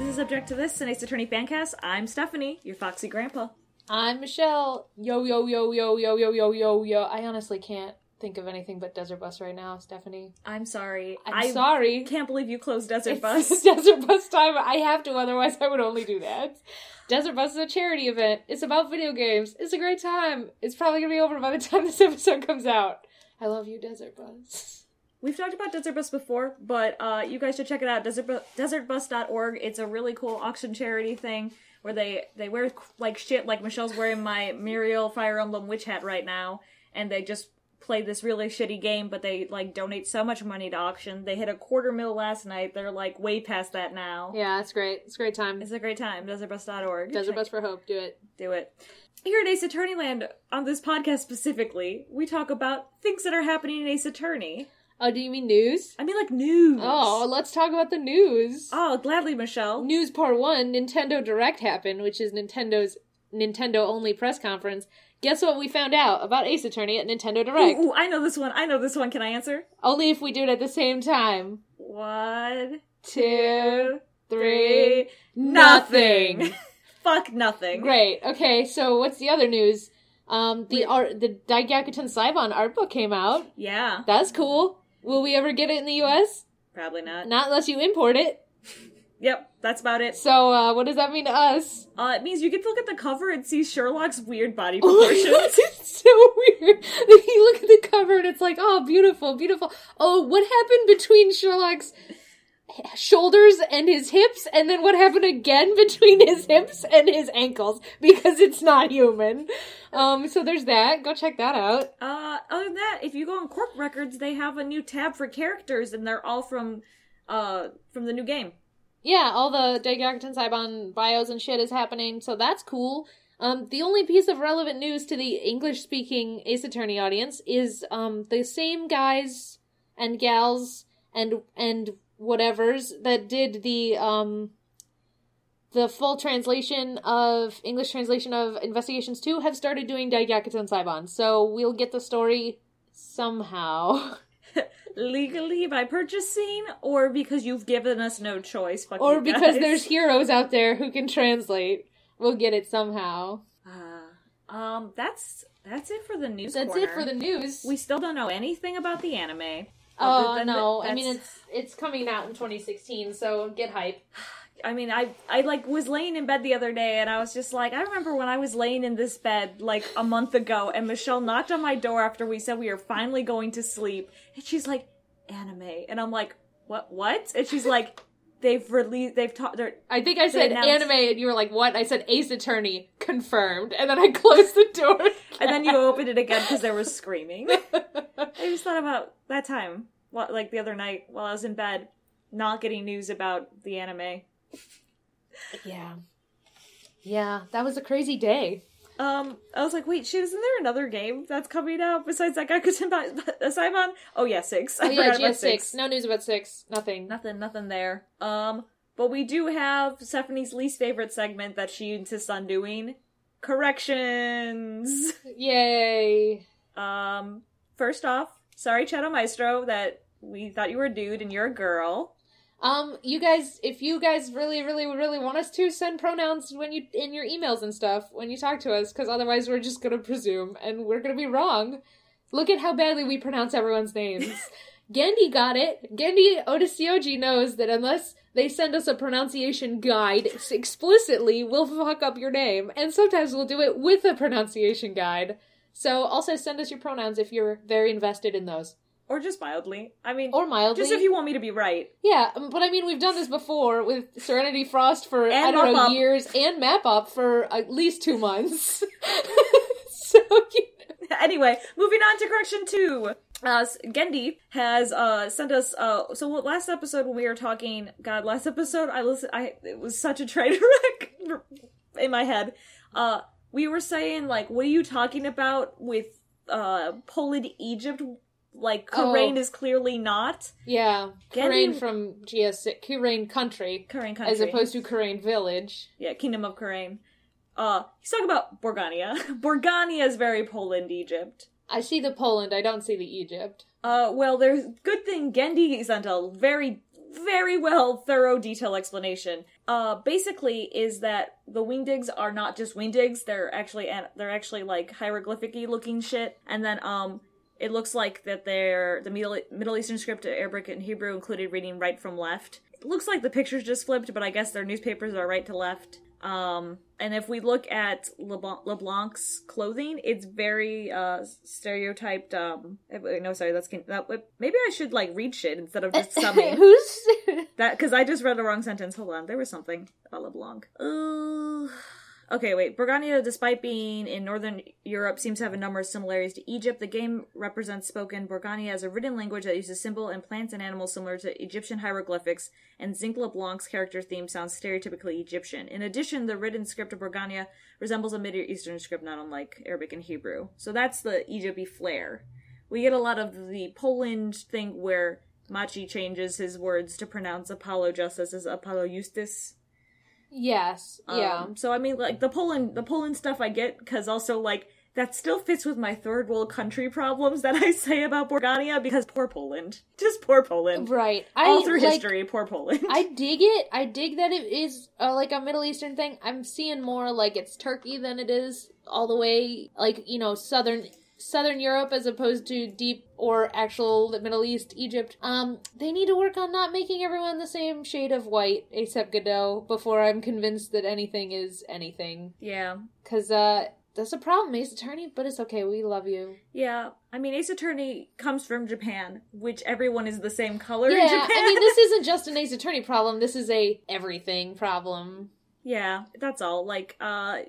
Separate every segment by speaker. Speaker 1: is subject to this Tonight's Attorney Fancast. I'm Stephanie, your foxy grandpa.
Speaker 2: I'm Michelle. Yo, yo, yo, yo, yo, yo, yo, yo, yo. I honestly can't think of anything but Desert Bus right now, Stephanie.
Speaker 1: I'm sorry.
Speaker 2: I'm
Speaker 1: I
Speaker 2: sorry.
Speaker 1: can't believe you closed Desert
Speaker 2: It's
Speaker 1: Bus.
Speaker 2: Desert Bus time. I have to, otherwise I would only do that. Desert Bus is a charity event. It's about video games. It's a great time. It's probably gonna be over by the time this episode comes out. I love you, Desert Bus.
Speaker 1: We've talked about Desert Bus before, but uh, you guys should check it out. Desert Bu- DesertBus.org. It's a really cool auction charity thing where they they wear like shit. Like Michelle's wearing my Muriel Fire Emblem witch hat right now, and they just play this really shitty game. But they like donate so much money to auction. They hit a quarter mil last night. They're like way past that now.
Speaker 2: Yeah, it's great. It's a great time.
Speaker 1: It's a great time. DesertBus.org.
Speaker 2: Desert
Speaker 1: Check-
Speaker 2: Bus for Hope. Do it.
Speaker 1: do it. Here at Ace Attorney Land, on this podcast specifically, we talk about things that are happening in Ace Attorney.
Speaker 2: Oh, do you mean news?
Speaker 1: I mean, like news.
Speaker 2: Oh, let's talk about the news.
Speaker 1: Oh, gladly, Michelle.
Speaker 2: News part one Nintendo Direct happened, which is Nintendo's Nintendo only press conference. Guess what we found out about Ace Attorney at Nintendo Direct?
Speaker 1: Ooh, ooh, I know this one. I know this one. Can I answer?
Speaker 2: Only if we do it at the same time.
Speaker 1: One,
Speaker 2: Two, three,
Speaker 1: three, nothing.
Speaker 2: nothing.
Speaker 1: Fuck nothing.
Speaker 2: Great. Okay, so what's the other news? Um, the art, the Daigakuten Saibon art book came out.
Speaker 1: Yeah,
Speaker 2: That's cool. Will we ever get it in the U.S.?
Speaker 1: probably not.
Speaker 2: Not unless you import it.
Speaker 1: Yep, that's about it.
Speaker 2: So, uh, what does that mean to us?
Speaker 1: Uh, it means you get to look at the cover and see Sherlock's weird body proportions.
Speaker 2: it's so weird. you look at the cover and it's like, oh, beautiful, beautiful. Oh, what happened between Sherlock's shoulders and his hips, and then what happened again between his hips and his ankles? Because it's not human. Um, so there's that. Go check that out.
Speaker 1: Uh, other than that, if you go on Corp Records, they have a new tab for characters, and they're all from, uh, from the new game.
Speaker 2: Yeah, all the Daigakuten Saibon bios and shit is happening, so that's cool. Um, the only piece of relevant news to the English speaking Ace Attorney audience is um, the same guys and gals and and whatevers that did the um, the full translation of English translation of Investigations 2 have started doing Daigakuten Saibon, so we'll get the story somehow.
Speaker 1: legally by purchasing or because you've given us no choice fuck
Speaker 2: or
Speaker 1: you
Speaker 2: because
Speaker 1: guys.
Speaker 2: there's heroes out there who can translate. We'll get it somehow.
Speaker 1: uh, um that's that's it for the news
Speaker 2: That's it
Speaker 1: corner.
Speaker 2: for the news.
Speaker 1: we still don't know anything about the anime
Speaker 2: oh
Speaker 1: other than
Speaker 2: no!
Speaker 1: that-
Speaker 2: I mean,
Speaker 1: that's-
Speaker 2: it's it's coming out in 2016, so get hype.
Speaker 1: i mean i i like was laying in bed the other day and i was just like i remember when i was laying in this bed like a month ago and michelle knocked on my door after we said we were finally going to sleep and she's like anime and i'm like what what and she's like they've released they've taught they're
Speaker 2: I think I said
Speaker 1: announced-
Speaker 2: anime, and you were like, "What?" I said Ace Attorney confirmed, and then I closed the door.
Speaker 1: and then you opened it again because there was screaming I just thought about that time, wha- like the other night while I was in bed, not getting news about the anime.
Speaker 2: yeah, yeah, that was a crazy day.
Speaker 1: Um, I was like, wait, shit, isn't there another game that's coming out besides that guy? Because Simon, oh yeah, six. I
Speaker 2: Oh yeah,
Speaker 1: forgot about
Speaker 2: GS6. No news about six. Nothing.
Speaker 1: Nothing, nothing there. Um, but we do have Stephanie's least favorite segment that she insists on doing: corrections.
Speaker 2: Yay!
Speaker 1: Um, first off, sorry, Chato Maestro, that we thought you were a dude and you're a girl.
Speaker 2: Um, you guys, if you guys really, really, really want us to send pronouns when you in your emails and stuff when you talk to us, because otherwise we're just gonna presume and we're gonna be wrong. Look at how badly we pronounce everyone's names. Gendy got it. Gendy Odisioji knows that unless they send us a pronunciation guide explicitly, we'll fuck up your name, and sometimes we'll do it with a pronunciation guide. So also send us your pronouns if you're very invested in those,
Speaker 1: Or just mildly. I mean,
Speaker 2: or mildly.
Speaker 1: just if you want me to be right.
Speaker 2: Yeah, um, but I mean, we've done this before with Serenity Frost for I
Speaker 1: And
Speaker 2: don't know
Speaker 1: Mop Up.
Speaker 2: years, and Map Up for at least two months. so you
Speaker 1: anyway, moving on to correction two. Uh, Gendy has uh, sent us. Uh, so what- last episode when we were talking, God, last episode I listen. I it was such a train wreck in my head. Uh, we were saying like, what are you talking about with uh, Poland Egypt? Like,
Speaker 2: Oh.
Speaker 1: Karain is clearly not
Speaker 2: yeah,
Speaker 1: Getting-
Speaker 2: Kurain from GS Kurain Country,
Speaker 1: Karain country,
Speaker 2: as opposed to Kurain Village.
Speaker 1: yeah, Kingdom of Karain. Uh, he's talking about Borgania. Borgania is very Poland Egypt.
Speaker 2: I see the Poland, I don't see the Egypt.
Speaker 1: Uh, well, there's good thing Gendy sent a very very well thorough detail explanation. Uh, basically, is that the wingdigs are not just wingdigs; they're actually an- they're actually like hieroglyphic-y looking shit. And then um, it looks like that they're the Middle, Middle Eastern script of Arabic and Hebrew included reading right from left. It looks like the pictures just flipped, but I guess their newspapers are right to left. Um, and if we look at LeBlanc, LeBlanc's clothing, it's very uh, stereotyped. Um, wait, no, sorry, that's kin- that. Maybe I should like read shit instead of just summing
Speaker 2: Who's
Speaker 1: that because I just read the wrong sentence. Hold on, there was something about LeBlanc. Uh, okay, wait. Burgundia, despite being in northern Europe, seems to have a number of similarities to Egypt. The game represents spoken Burgundia as a written language that uses symbol and plants and animals similar to Egyptian hieroglyphics, and Zinc LeBlanc's character theme sounds stereotypically Egyptian. In addition, the written script of Burgundia resembles a Middle Eastern script not unlike Arabic and Hebrew. So that's the Egypty flair. We get a lot of the Poland thing where Machi changes his words to pronounce Apollo Justice as Apollo Eustace.
Speaker 2: Yes.
Speaker 1: Um,
Speaker 2: yeah.
Speaker 1: So I mean, like the Poland, the Poland stuff I get because also like that still fits with my third world country problems that I say about Borgania because poor Poland, just poor Poland,
Speaker 2: Right. I
Speaker 1: all through
Speaker 2: like,
Speaker 1: history, poor Poland.
Speaker 2: I dig it. I dig that it is uh, like a Middle Eastern thing. I'm seeing more like it's Turkey than it is all the way like you know southern southern Europe as opposed to deep or actual Middle East Egypt. Um, they need to work on not making everyone the same shade of white, except Godot, before I'm convinced that anything is anything.
Speaker 1: yeah,
Speaker 2: Cause uh, that's a problem, Ace Attorney. But it's okay. We love you.
Speaker 1: yeah. I mean, Ace Attorney comes from Japan, which everyone is the same color in
Speaker 2: yeah,
Speaker 1: Japan.
Speaker 2: I mean this isn't just an Ace Attorney problem. This is a everything problem.
Speaker 1: Yeah, that's all. Like, uh,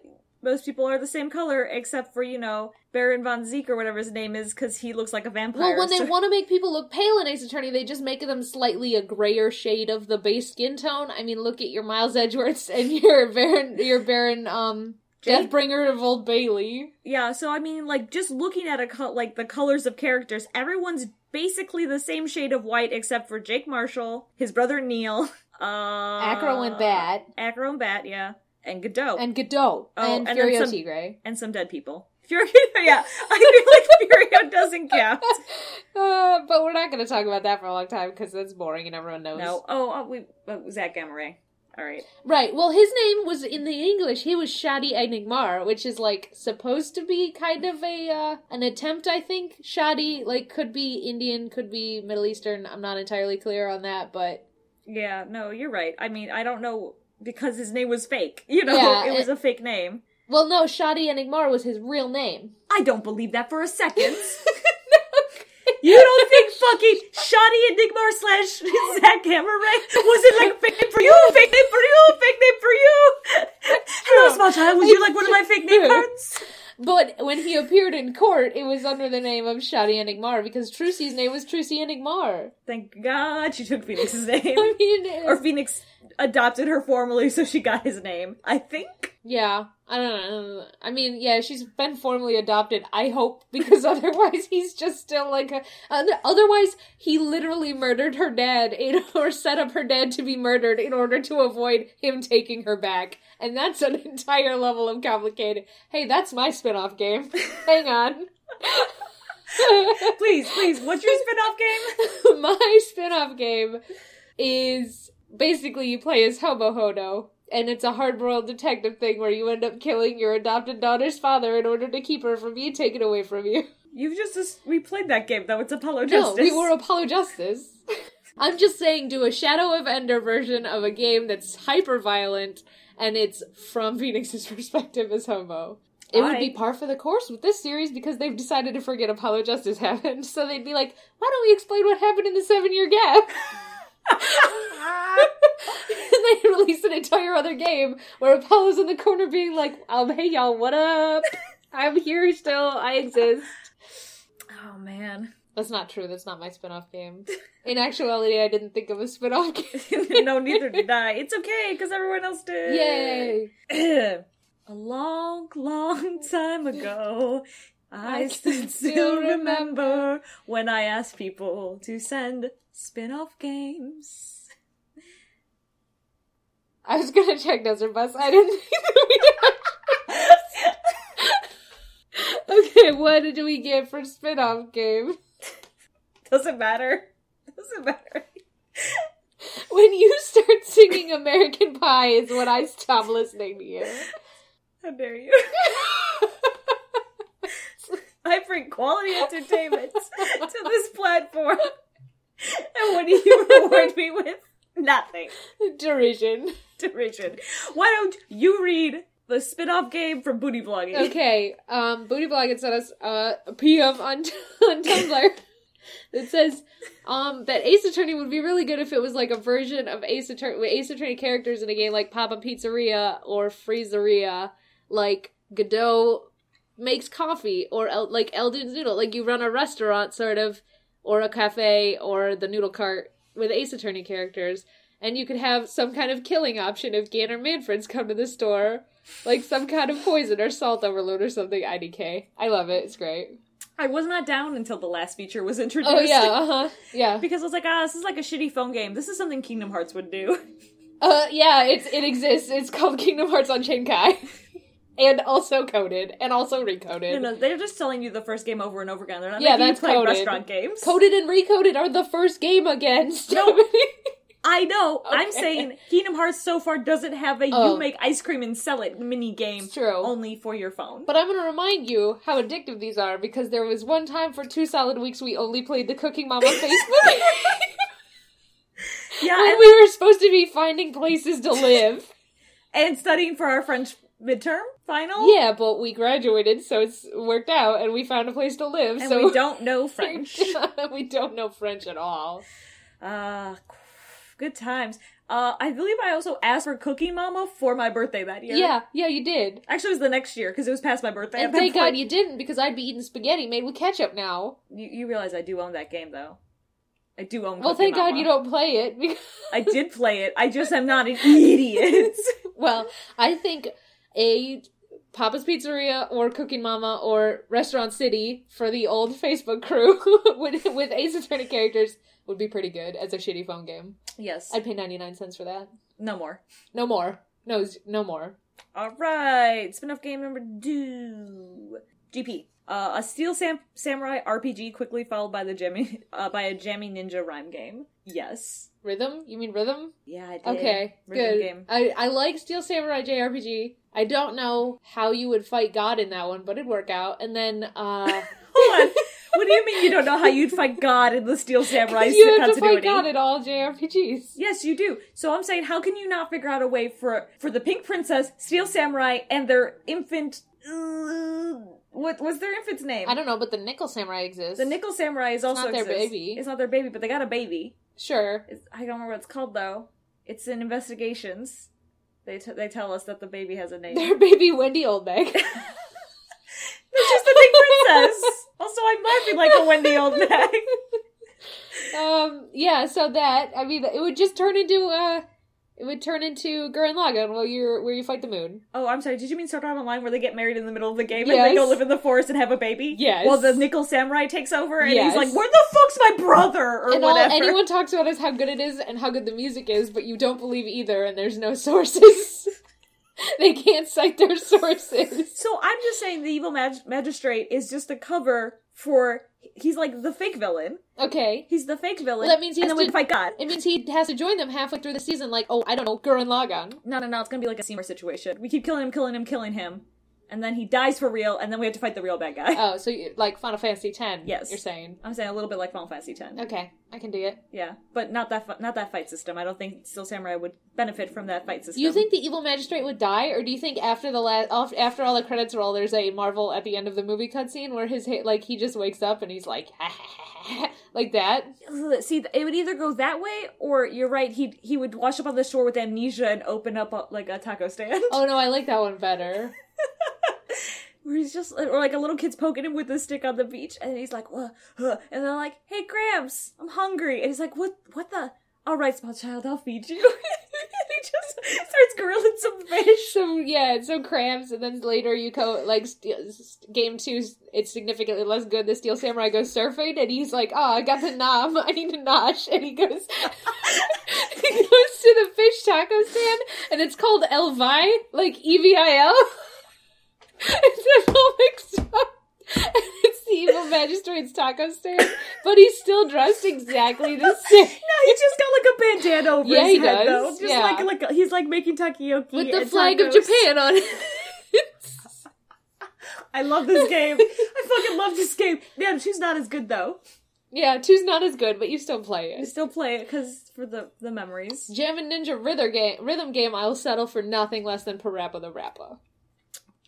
Speaker 1: most people are the same color except for, you know, Baron von Zeke or whatever his name is because he looks like a vampire.
Speaker 2: Well, when they
Speaker 1: so-
Speaker 2: want to make people look pale in Ace Attorney, they just make them slightly a grayer shade of the base skin tone. I mean, look at your Miles Edgeworth and your Baron, your Baron, um,
Speaker 1: Jake-
Speaker 2: Deathbringer of Old Bailey.
Speaker 1: yeah, so I mean, like, just looking at a co- like the colors of characters, everyone's basically the same shade of white except for Jake Marshall, his brother Neil, uh,
Speaker 2: Acro and Bat,
Speaker 1: Acro and Bat, yeah, and Godot, and,
Speaker 2: and Godot, and,
Speaker 1: oh, and then
Speaker 2: Furio
Speaker 1: some-
Speaker 2: Tigre.
Speaker 1: some dead people. Furio, yeah, I feel like Furio doesn't count.
Speaker 2: Uh, but we're not going to talk about that for a long time because that's boring and everyone knows.
Speaker 1: No, oh, uh, we uh, Zach Gamoray. All right.
Speaker 2: Right. Well, his name was in the English. He was Shadi Enigmar, which is like supposed to be kind of a uh, an attempt. I think Shadi like could be Indian, could be Middle Eastern. I'm not entirely clear on that, but
Speaker 1: Yeah, no, you're right. I mean, I don't know because his name was fake. You know,
Speaker 2: Yeah,
Speaker 1: it was
Speaker 2: it-
Speaker 1: a fake name.
Speaker 2: well, no, Shadi Enigmar was his real name.
Speaker 1: I don't believe that for a second. You don't think fucking Shoddy Enigmar slash Zach Hammeray was it like a fake name for you, a fake name for you, a fake name for you? Hello, small child. Would you like one of my fake name
Speaker 2: True.
Speaker 1: cards?
Speaker 2: But when he appeared in court, it was under the name of Shadi Enigmar because Trucy's name was Trucy Enigmar.
Speaker 1: Thank God she took Phoenix's name,
Speaker 2: I mean, it-
Speaker 1: or Phoenix adopted her formally, so she got his name. I think.
Speaker 2: yeah, I don't know. I mean, yeah, she's been formally adopted. I hope because otherwise he's just still like a. other- Otherwise, he literally murdered her dad in, or set up her dad to be murdered in order to avoid him taking her back, and that's an entire level of complicated. Hey, that's my spin-off game. Hang on.
Speaker 1: Please, please. What's your spin-off game?
Speaker 2: my spin-off game is basically you play as Hobo Hodo, and it's a hard-boiled detective thing where you end up killing your adopted daughter's father in order to keep her from being taken away from you.
Speaker 1: You've just, we played that game though. It's Apollo
Speaker 2: No,
Speaker 1: Justice.
Speaker 2: we were Apollo Justice. I'm just saying, do a Shadow of Ender version of a game that's hyper-violent, and it's from Phoenix's perspective as Hobo. It would be
Speaker 1: I-
Speaker 2: par for the course with this series because they've decided to forget Apollo Justice happened. So they'd be like, why don't we explain what happened in the seven year gap?
Speaker 1: Oh,
Speaker 2: and they released an entire other game where Apollo's in the corner being like, um, hey y'all, what up? I'm here still. I exist.
Speaker 1: Oh man.
Speaker 2: That's not true. That's not my spin-off game. In actuality, I didn't think of a spin-off game.
Speaker 1: no, neither did I. It's okay because everyone else did.
Speaker 2: Yay!
Speaker 1: Yay! A long, long time ago, I,
Speaker 2: I
Speaker 1: still,
Speaker 2: can
Speaker 1: still
Speaker 2: still
Speaker 1: remember when I asked people to send spin off games.
Speaker 2: I was gonna check Desert Bus. I didn't think that we Okay, what did we get for spin-off game?
Speaker 1: Doesn't matter. Doesn't matter.
Speaker 2: When you start singing American Pie is when I stop listening to you.
Speaker 1: How dare you? I bring quality entertainment to this platform. And what do you reward me with? Nothing.
Speaker 2: Derision.
Speaker 1: Derision. Why don't you read the spin off game from Booty Blogging?
Speaker 2: Okay, um, Booty Blog had sent us uh, a PM on, on Tumblr that says um, that Ace Attorney would be really good if it was like a version of Ace Attorney with Ace Attorney characters in a game like Papa Pizzeria or Freezeria, like Godot makes coffee or El- like Eldon's Noodle, like you run a restaurant sort of or a cafe or the noodle cart with Ace Attorney characters. And you could have some kind of killing option if Gan or Manfreds come to the store like some kind of poison or salt overload or something. IDK. I love it. It's great.
Speaker 1: I was not down until the last feature was introduced.
Speaker 2: Oh yeah. Uh
Speaker 1: uh-huh.
Speaker 2: huh. Yeah.
Speaker 1: Because I was like, ah, this is like a shitty phone game. This is something Kingdom Hearts would do.
Speaker 2: Uh yeah. It's it exists. It's called Kingdom Hearts on Shinkai, and also coded and also recoded.
Speaker 1: No, no, they're just telling you the first game over and over again. They're not
Speaker 2: Yeah,
Speaker 1: making
Speaker 2: that's
Speaker 1: you play
Speaker 2: coded.
Speaker 1: restaurant games.
Speaker 2: Coded and recoded are the first game again. Stop it.
Speaker 1: I know. I'm
Speaker 2: Okay.
Speaker 1: saying Kingdom Hearts so far doesn't have a
Speaker 2: Oh.
Speaker 1: you make ice cream and sell it mini game
Speaker 2: It's true.
Speaker 1: only for your phone.
Speaker 2: But I'm going to remind you how addictive these are because there was one time for two solid weeks we only played the Cooking Mama Facebook.
Speaker 1: yeah,
Speaker 2: when
Speaker 1: and,
Speaker 2: we were supposed to be finding places to live.
Speaker 1: and studying for our French midterm final.
Speaker 2: Yeah, but we graduated, so it's worked out, and we found a place to live.
Speaker 1: And
Speaker 2: so
Speaker 1: we don't know French.
Speaker 2: we don't know French at all.
Speaker 1: Ah, good times. Uh, I believe I also asked for Cookie Mama for my birthday that year.
Speaker 2: Yeah, yeah, you did.
Speaker 1: Actually, it was the next year because it was past my birthday.
Speaker 2: And
Speaker 1: at that
Speaker 2: thank God
Speaker 1: point.
Speaker 2: you didn't, because I'd be eating spaghetti made with ketchup now.
Speaker 1: you, you realize I do own that game though. I do own.
Speaker 2: Well,
Speaker 1: Cookie
Speaker 2: thank God
Speaker 1: Mama.
Speaker 2: you don't play it. Because,
Speaker 1: I did play it. I just am not an idiot.
Speaker 2: well, I think a Papa's Pizzeria or Cooking Mama or Restaurant City for the old Facebook crew with with Ace Attorney characters would be pretty good as a shitty phone game.
Speaker 1: yes,
Speaker 2: I'd pay ninety nine cents for that.
Speaker 1: no more.
Speaker 2: No more. No, z- no more.
Speaker 1: All right, spin-off game number two, GP. Uh, a steel sam- samurai RPG quickly followed by the jammy uh, by a jammy ninja rhyme game. Yes,
Speaker 2: Rhythm? You mean rhythm?
Speaker 1: yeah, I did.
Speaker 2: Okay,
Speaker 1: Rhythm
Speaker 2: good.
Speaker 1: game.
Speaker 2: I, I like Steel Samurai JRPG. I don't know how you would fight God in that one, but it'd work out. And then uh,
Speaker 1: Hold on. what do you mean you don't know how you'd fight God in the steel samurai
Speaker 2: you have to fight
Speaker 1: continuity?
Speaker 2: God in all JRPGs.
Speaker 1: Yes, you do. So I'm saying, how can you not figure out a way for for the Pink Princess, Steel Samurai, and their infant? Uh, what was their infant's name?
Speaker 2: I don't know, but the Nickel Samurai exists.
Speaker 1: the Nickel Samurai is also
Speaker 2: not their
Speaker 1: exists.
Speaker 2: baby.
Speaker 1: It's not their baby, but they got a baby.
Speaker 2: Sure.
Speaker 1: It's, I don't remember what it's called though. It's in investigations. They t- they tell us that the baby has a name.
Speaker 2: Their baby Wendy Oldbeck.
Speaker 1: it's just the Pink Princess. also, I'm laughing like a Wendy old bag.
Speaker 2: um, yeah. So that I mean, it would just turn into uh, it would turn into Gurren Lagann, where you where you fight the moon.
Speaker 1: Oh, I'm sorry. Did you mean Sword Art Online where they get married in the middle of the game and
Speaker 2: Yes.
Speaker 1: they go live in the forest and have a baby?
Speaker 2: Yes.
Speaker 1: Well, the Nickel Samurai takes over and
Speaker 2: Yes.
Speaker 1: he's like, "Where the fuck's my brother?" or
Speaker 2: and all
Speaker 1: whatever.
Speaker 2: anyone talks about is how good it is and how good the music is, but you don't believe either, and there's no sources. they can't cite their sources.
Speaker 1: So I'm just saying, the evil mag- magistrate is just a cover for. He's like the fake villain.
Speaker 2: Okay.
Speaker 1: He's the fake villain.
Speaker 2: Well, that means he
Speaker 1: and
Speaker 2: has
Speaker 1: then we
Speaker 2: to-
Speaker 1: fight God.
Speaker 2: It means he has to join them halfway through the season, like, oh, I don't know, Gurren Lagann.
Speaker 1: No, no, no. It's gonna be like a Seymour situation. We keep killing him, killing him, killing him, and then he dies for real, and then we have to fight the real bad guy.
Speaker 2: Oh, so you, like Final Fantasy X,
Speaker 1: Yes.
Speaker 2: you're saying.
Speaker 1: I'm saying a little bit like Final Fantasy X.
Speaker 2: Okay, I can do it.
Speaker 1: Yeah, but not that fu- not that fight system. I don't think Steel Samurai would benefit from that fight system.
Speaker 2: Do you think the evil magistrate would die, or do you think after the last, after all the credits roll, there's a Marvel at the end of the movie cutscene where his ha- like he just wakes up and he's like, like that?
Speaker 1: see it would either go that way or you're right he he would wash up on the shore with amnesia and open up a, like a taco stand
Speaker 2: Oh no, I like that one better.
Speaker 1: where he's just or like a little kid's poking him with a stick on the beach and he's like "Wah, huh," and they're like hey gramps i'm hungry and he's like what what the all right small child i'll feed you and he just starts grilling some fish
Speaker 2: some yeah, it's some crabs, and then later you go like st- st- game two. It's significantly less good. The steel samurai goes surfing, and he's like, "Oh, I got the nom. I need to nosh." And he goes, he goes to the fish taco stand, and it's called Elvi, like E V I L. It's all mixed up. And It's the evil magistrate's taco stand, but he's still dressed exactly the same.
Speaker 1: No, he just got like a bandana over
Speaker 2: Yeah,
Speaker 1: his
Speaker 2: he
Speaker 1: head,
Speaker 2: does.
Speaker 1: though. Just
Speaker 2: Yeah.
Speaker 1: like like he's like making takoyaki
Speaker 2: With the
Speaker 1: and
Speaker 2: flag
Speaker 1: tacos.
Speaker 2: of Japan on it.
Speaker 1: I love this game. I fucking love this game. Damn, she's not as good though.
Speaker 2: yeah, two's not as good, but you still play
Speaker 1: I
Speaker 2: it.
Speaker 1: still play it because for the the memories.
Speaker 2: Jam and Ninja Rhythm game, rhythm game I'll settle for nothing less than Parappa the Rappa.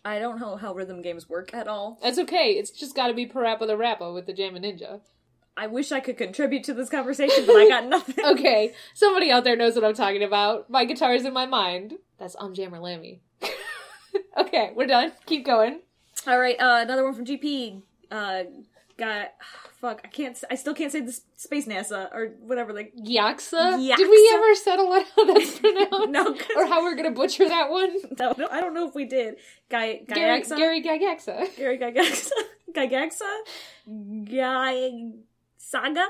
Speaker 1: I don't know how rhythm games work at all.
Speaker 2: That's okay, it's just gotta be Parappa the Rappa with the Jam and Ninja.
Speaker 1: I wish I could contribute to this conversation, but I got nothing.
Speaker 2: Okay, somebody out there knows what I'm talking about. My guitar is in my mind. That's Um Jammer Lammy. okay, we're done. Keep going.
Speaker 1: All right, uh, another one from GP. Uh, got fuck. I can't. s- I still can't say the s- space NASA or whatever. Like
Speaker 2: Yaxa? Did we
Speaker 1: Yaksa.
Speaker 2: ever settle on how that's pronounced?
Speaker 1: No, 'cause-
Speaker 2: Or how we're gonna butcher that one?
Speaker 1: no, no, I don't know if we did. Guy
Speaker 2: Gary,
Speaker 1: Gygaxa.
Speaker 2: Gary Gygaxa.
Speaker 1: Gary Gygaxa. Gygaxa. Guy Saga.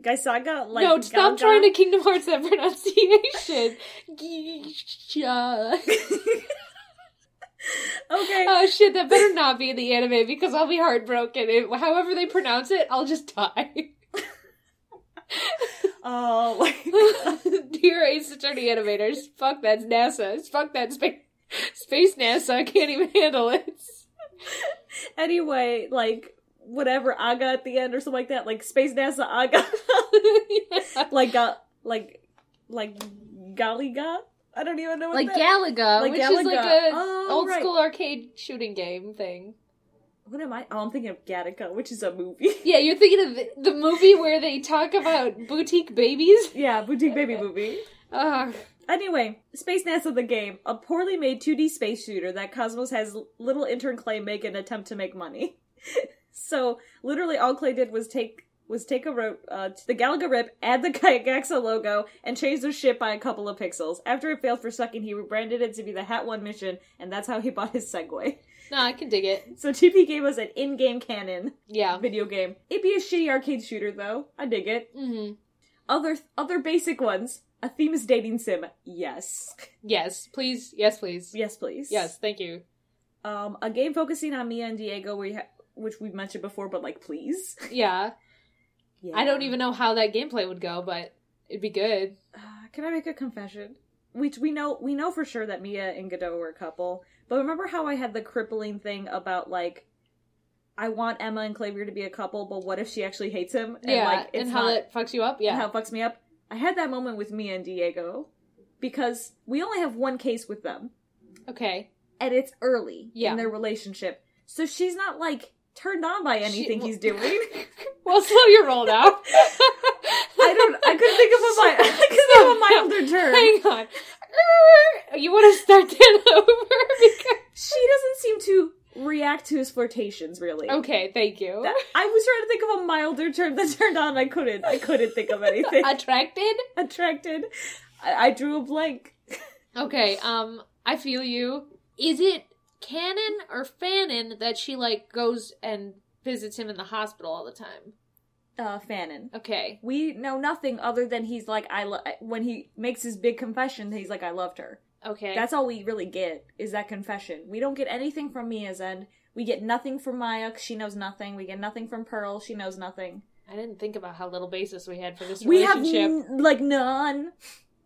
Speaker 1: Guy Saga. Like
Speaker 2: no, stop
Speaker 1: Gaga?
Speaker 2: trying to Kingdom Hearts that pronunciation. Geisha.
Speaker 1: Okay.
Speaker 2: Oh shit, that better not be in the anime because I'll be heartbroken. If- however they pronounce it, I'll just die.
Speaker 1: Oh,
Speaker 2: Dear Ace Attorney animators, fuck that's NASA. Fuck that space. Space NASA I can't even handle it.
Speaker 1: anyway, like whatever Aga at the end or something like that. Like space NASA Aga. like uh, like like Galiga. I don't even know what
Speaker 2: Like
Speaker 1: that-
Speaker 2: Galaga,
Speaker 1: Like
Speaker 2: which is like
Speaker 1: Galaga.
Speaker 2: a
Speaker 1: Oh,
Speaker 2: old
Speaker 1: right.
Speaker 2: school arcade shooting game thing.
Speaker 1: What am I? Oh, I'm thinking of Gattaca, which is a movie.
Speaker 2: Yeah, you're thinking of the, the movie where they talk about boutique babies.
Speaker 1: yeah, boutique baby movie.
Speaker 2: Ugh.
Speaker 1: Anyway, Space NASA the game, a poorly made 2D space shooter that Cosmos has little intern Clay make an attempt to make money. so literally, all Clay did was take was take a rope uh, to the Galaga rip, add the Kayakaxa logo, and change the ship by a couple of pixels. After it failed for second, he rebranded it to be the Hat One mission, and that's how he bought his Segway.
Speaker 2: No, I can dig it.
Speaker 1: So TP gave us an in-game canon
Speaker 2: Yeah.
Speaker 1: video game. It'd be a shitty arcade shooter though. I dig it.
Speaker 2: hmm
Speaker 1: other other basic ones. A theme is dating sim. Yes,
Speaker 2: Yes, please. Yes, please.
Speaker 1: yes, please.
Speaker 2: Yes, thank you.
Speaker 1: Um, a game focusing on Mia and Diego, where you ha- which we've mentioned before, but like, please.
Speaker 2: Yeah.
Speaker 1: Yeah.
Speaker 2: I don't even know how that gameplay would go, but it'd be good.
Speaker 1: Uh, can I make a confession? We we know we know for sure that Mia and Godot were a couple, but remember how I had the crippling thing about like. I want Emma and Clavier to be a couple, but what if she actually hates him? And
Speaker 2: yeah,
Speaker 1: like it's
Speaker 2: and how
Speaker 1: not
Speaker 2: it fucks you up. Yeah,
Speaker 1: and how it fucks me up. I had that moment with Mia and Diego because we only have one case with them.
Speaker 2: okay.
Speaker 1: and it's early
Speaker 2: Yeah.
Speaker 1: in their relationship. So she's not like turned on by anything
Speaker 2: She-
Speaker 1: he's doing.
Speaker 2: Well, slow your roll now.
Speaker 1: I don't. I couldn't think of a mi- I couldn't think of a milder term.
Speaker 2: Hang on. You want to start that over?
Speaker 1: She doesn't seem to react to his flirtations really.
Speaker 2: Because... Okay, thank you.
Speaker 1: That- I was trying to think of a milder term that turned on. I couldn't. I couldn't think of anything.
Speaker 2: Attracted.
Speaker 1: Attracted. I, I drew a blank.
Speaker 2: Okay. Um, I feel you. Is it canon or fanon that she like goes and visits him in the hospital all the time?
Speaker 1: Uh, Fannin.
Speaker 2: Okay.
Speaker 1: We know nothing other than he's like I lo- when he makes his big confession. He's like I loved her.
Speaker 2: Okay.
Speaker 1: That's all we really get is that confession. We don't get anything from Mia's end. We get nothing from Maya. 'cause She knows nothing. We get nothing from Pearl. She knows nothing.
Speaker 2: I didn't think about how little basis we had for this
Speaker 1: We have
Speaker 2: relationship.
Speaker 1: n- like none.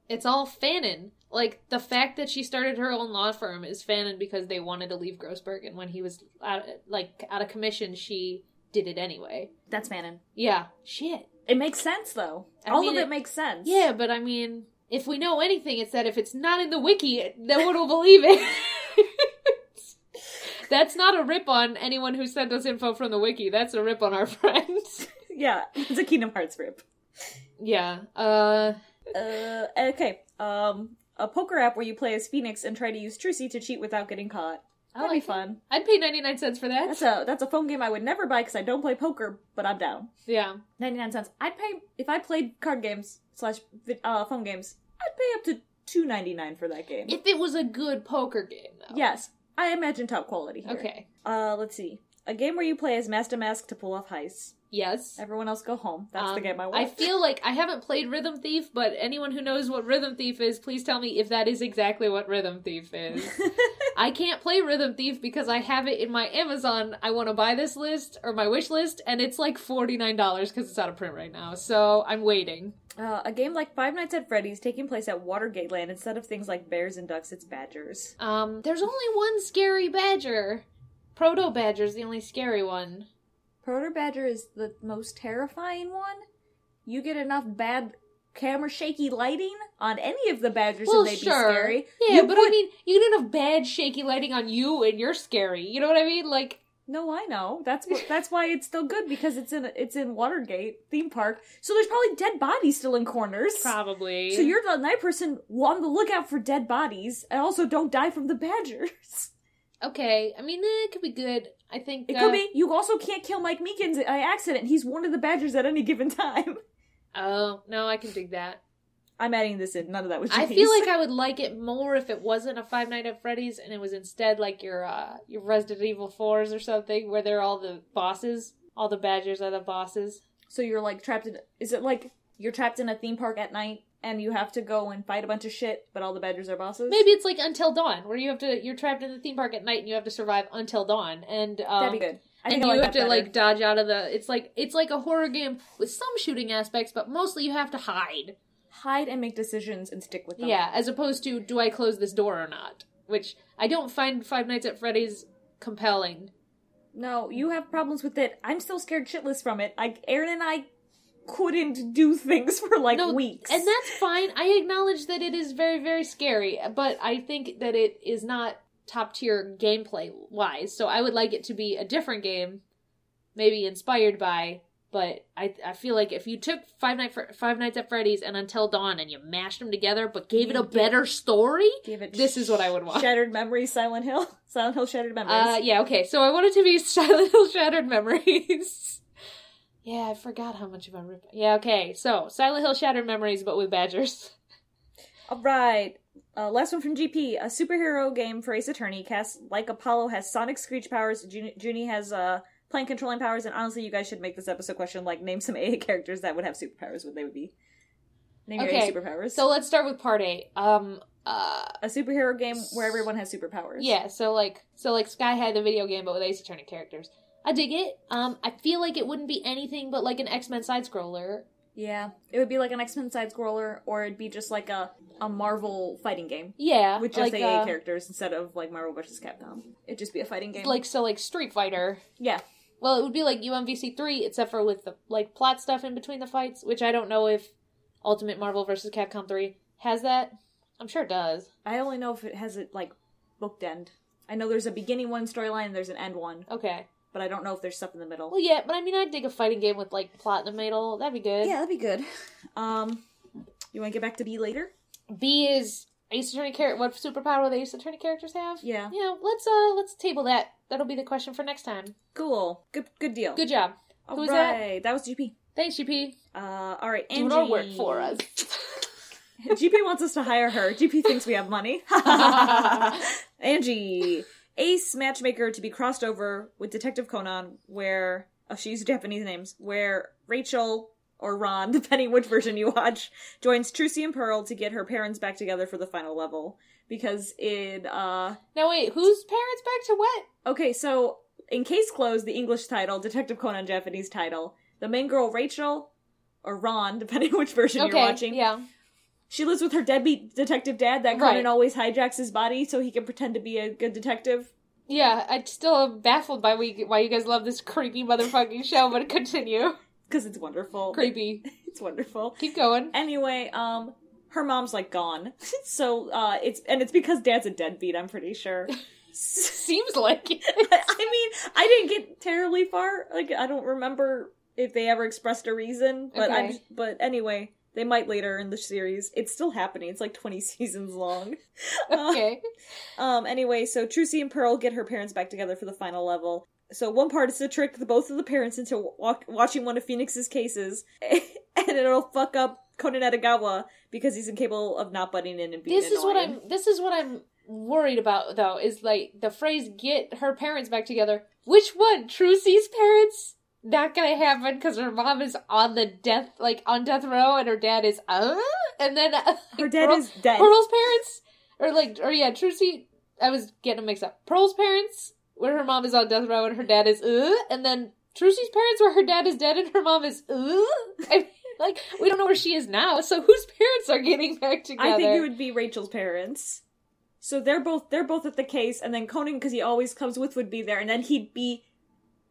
Speaker 2: It's all fanon. Like the fact that she started her own law firm is fanon because they wanted to leave Grossberg, and when he was out, like out of commission, she did it anyway.
Speaker 1: That's Manon.
Speaker 2: Yeah, shit.
Speaker 1: It makes sense though.
Speaker 2: I
Speaker 1: all
Speaker 2: mean,
Speaker 1: of it,
Speaker 2: it-
Speaker 1: makes sense.
Speaker 2: Yeah, but I mean, if we know anything, it's that if it's not in the wiki, no one will believe it. That's not a rip on anyone who sent us info from the wiki. That's a rip on our friends.
Speaker 1: yeah. It's a Kingdom Hearts rip.
Speaker 2: yeah. Uh.
Speaker 1: Uh, okay. Um, a poker app where you play as Phoenix and try to use Trucy to cheat without getting caught.
Speaker 2: I
Speaker 1: That'd be
Speaker 2: like it.
Speaker 1: fun.
Speaker 2: I'd pay ninety nine cents for that.
Speaker 1: That's a that's a phone game I would never buy because I don't play poker, but I'm down.
Speaker 2: yeah.
Speaker 1: 99 cents. I'd pay if I played card games slash vi- uh, phone games. I'd pay up to 2.99 for that game.
Speaker 2: If it was a good poker game, though.
Speaker 1: yes, I imagine top quality. Here.
Speaker 2: Okay.
Speaker 1: Uh, let's see. A game where you play as Master Mask to pull off heists.
Speaker 2: Yes.
Speaker 1: Everyone else go home. That's the
Speaker 2: Um,
Speaker 1: game I want.
Speaker 2: I feel like I haven't played Rhythm Thief, but anyone who knows what Rhythm Thief is, please tell me if that is exactly what Rhythm Thief is. I can't play Rhythm Thief because I have it in my Amazon. I want to buy this list or my wish list, and it's like forty nine dollars because it's out of print right now. So I'm waiting.
Speaker 1: Uh, a game like Five Nights at Freddy's taking place at Watergate Land instead of things like bears and ducks, it's badgers.
Speaker 2: Um, there's only one scary badger. Proto badger's the only scary one.
Speaker 1: Proto Badger is the most terrifying one. You get enough bad camera shaky lighting on any of the badgers and they'd be scary.
Speaker 2: Yeah,
Speaker 1: You
Speaker 2: but I
Speaker 1: put-
Speaker 2: mean, you don't have bad shaky lighting on you, and you're scary. You know what I mean? Like.
Speaker 1: No, I know. That's what, that's why it's still good because it's in it's in Watergate theme park. So there's probably dead bodies still in corners.
Speaker 2: Probably.
Speaker 1: So you're the night person on the lookout for dead bodies, and also don't die from the badgers.
Speaker 2: Okay, I mean eh, it could be good. I think
Speaker 1: It
Speaker 2: uh,
Speaker 1: could be. You also can't kill Mike Meekins by accident. He's one of the badgers at any given time.
Speaker 2: Oh no, I can dig that.
Speaker 1: I'm adding this in. None of that was.
Speaker 2: I
Speaker 1: Japanese.
Speaker 2: feel like I would like it more if it wasn't a Five Night at Freddy's and it was instead like your uh, your Resident Evil fours or something where they're all the bosses. All the badgers are the bosses.
Speaker 1: so. You're like trapped in. Is it like you're trapped in a theme park at night and you have to go and fight a bunch of shit, but all the badgers are bosses?
Speaker 2: Maybe it's like Until Dawn, where you have to you're trapped in the theme park at night and you have to survive until dawn. And um,
Speaker 1: Oh, that'd be good. I
Speaker 2: and
Speaker 1: think I
Speaker 2: you
Speaker 1: like
Speaker 2: have
Speaker 1: that
Speaker 2: to
Speaker 1: better.
Speaker 2: like dodge out of the. It's like it's like a horror game with some shooting aspects, but mostly you have to hide.
Speaker 1: hide and make decisions and stick with them.
Speaker 2: Yeah, as opposed to do I close this door or not, which I don't find Five Nights at Freddy's compelling.
Speaker 1: No, you have problems with it. I'm still scared shitless from it. Like Aaron and I couldn't do things for like
Speaker 2: No,
Speaker 1: weeks.
Speaker 2: And that's fine. I acknowledge that it is very very scary, but I think that it is not top tier gameplay wise. So I would like it to be a different game, maybe inspired by but I, I feel like if you took Five, Night Fre- Five Nights at Freddy's and Until Dawn and you mashed them together but gave it a better story,
Speaker 1: Give it
Speaker 2: this is what I would want.
Speaker 1: Shattered Memories, Silent Hill. Silent Hill Shattered Memories.
Speaker 2: Uh, yeah, okay. So I want it to be Silent Hill Shattered Memories. yeah, I forgot how much of a rip. Yeah, okay. So Silent Hill Shattered Memories, but with badgers.
Speaker 1: All right. Uh, last one from GP. A superhero game for Ace Attorney. Cast like Apollo has sonic screech powers. Jun- Junie has uh, plant controlling powers. And honestly, you guys should make this episode question like name some AA characters that would have superpowers. What they would be. Name
Speaker 2: Okay,
Speaker 1: your AA superpowers.
Speaker 2: So let's start with part eight. Um, uh,
Speaker 1: a superhero game where everyone has superpowers.
Speaker 2: yeah. So like, so like Sky High, the video game, but with Ace Attorney characters. I dig it. Um, I feel like it wouldn't be anything but like an X Men side scroller.
Speaker 1: Yeah. It would be like an X Men side scroller, or it'd be just like a, a Marvel fighting game
Speaker 2: Yeah,
Speaker 1: with just
Speaker 2: like,
Speaker 1: AA
Speaker 2: uh,
Speaker 1: characters instead of like Marvel versus Capcom. It'd just be a fighting game.
Speaker 2: Like so, like Street Fighter.
Speaker 1: yeah.
Speaker 2: Well, it would be like UMVC three, except for with the like plot stuff in between the fights, which I don't know if Ultimate Marvel vs. Capcom three has that. I'm sure it does.
Speaker 1: I only know if it has it like booked end. I know there's a beginning one storyline and there's an end one,
Speaker 2: Okay.
Speaker 1: but I don't know if there's stuff in the middle.
Speaker 2: Well, yeah, but I mean, I'd dig a fighting game with like plot in the middle. That'd be good.
Speaker 1: yeah, that'd be good. Um, you want to get back to B later?
Speaker 2: B is Ace Attorney character. What superpower the Ace Attorney characters have?
Speaker 1: Yeah.
Speaker 2: Yeah. Let's uh, let's table that. That'll be the question for next time.
Speaker 1: Cool. Good. Good deal.
Speaker 2: Good job.
Speaker 1: All
Speaker 2: who was that?
Speaker 1: right, That was GP.
Speaker 2: Thanks, GP.
Speaker 1: Uh, all right.
Speaker 2: Doing
Speaker 1: Angie.
Speaker 2: our work for us.
Speaker 1: GP wants us to hire her. GP thinks we have money. Angie, ace matchmaker to be crossed over with Detective Conan, where oh, she used Japanese names, where Rachel or Ron, depending which version you watch, joins Trucy and Pearl to get her parents back together for the final level. Because in uh
Speaker 2: now wait, whose parents back to what?
Speaker 1: okay, so in case closed, the English title, Detective Conan Japanese title, the main girl Rachel or Ron, depending which version
Speaker 2: okay.
Speaker 1: you're watching,
Speaker 2: Yeah.
Speaker 1: she lives with her deadbeat detective dad that Conan
Speaker 2: Right.
Speaker 1: always hijacks his body so he can pretend to be a good detective.
Speaker 2: Yeah, I still am baffled by we- why you guys love this creepy motherfucking show, but continue.
Speaker 1: Because it's wonderful.
Speaker 2: Creepy.
Speaker 1: It's wonderful.
Speaker 2: Keep going.
Speaker 1: Anyway, um, her mom's like gone. so, uh, it's, and it's because dad's a deadbeat, I'm pretty sure.
Speaker 2: Seems like it.
Speaker 1: I mean, I didn't get terribly far. Like, I don't remember if they ever expressed a reason, but I'm,
Speaker 2: Okay.
Speaker 1: but anyway, they might later in the series. It's still happening. It's like 20 seasons long. Uh,
Speaker 2: Okay.
Speaker 1: Um, anyway, so Trucy and Pearl get her parents back together for the final level. So one part is to trick the both of the parents into wa- watching one of Phoenix's cases, and it'll fuck up Conan Edogawa because he's incapable of not butting in and being
Speaker 2: This is what
Speaker 1: annoying.
Speaker 2: I'm this is what I'm worried about though, is like the phrase get her parents back together. Which one? Trucy's parents not gonna happen because her mom is on the death, like on death row, and her dad is uh, and then uh,
Speaker 1: Her dad
Speaker 2: Pearl-
Speaker 1: is dead.
Speaker 2: Pearl's parents, or like, or yeah, Trucy. I was getting them mixed up. Pearl's parents, where her mom is on death row and her dad is uh, and then Trucy's parents, where her dad is dead and her mom is uh. I mean, like we don't know where she is now, so whose parents are getting back together?
Speaker 1: I think it would be Rachel's parents. So they're both they're both at the case, and then Conan, because he always comes with, would be there, and then he'd be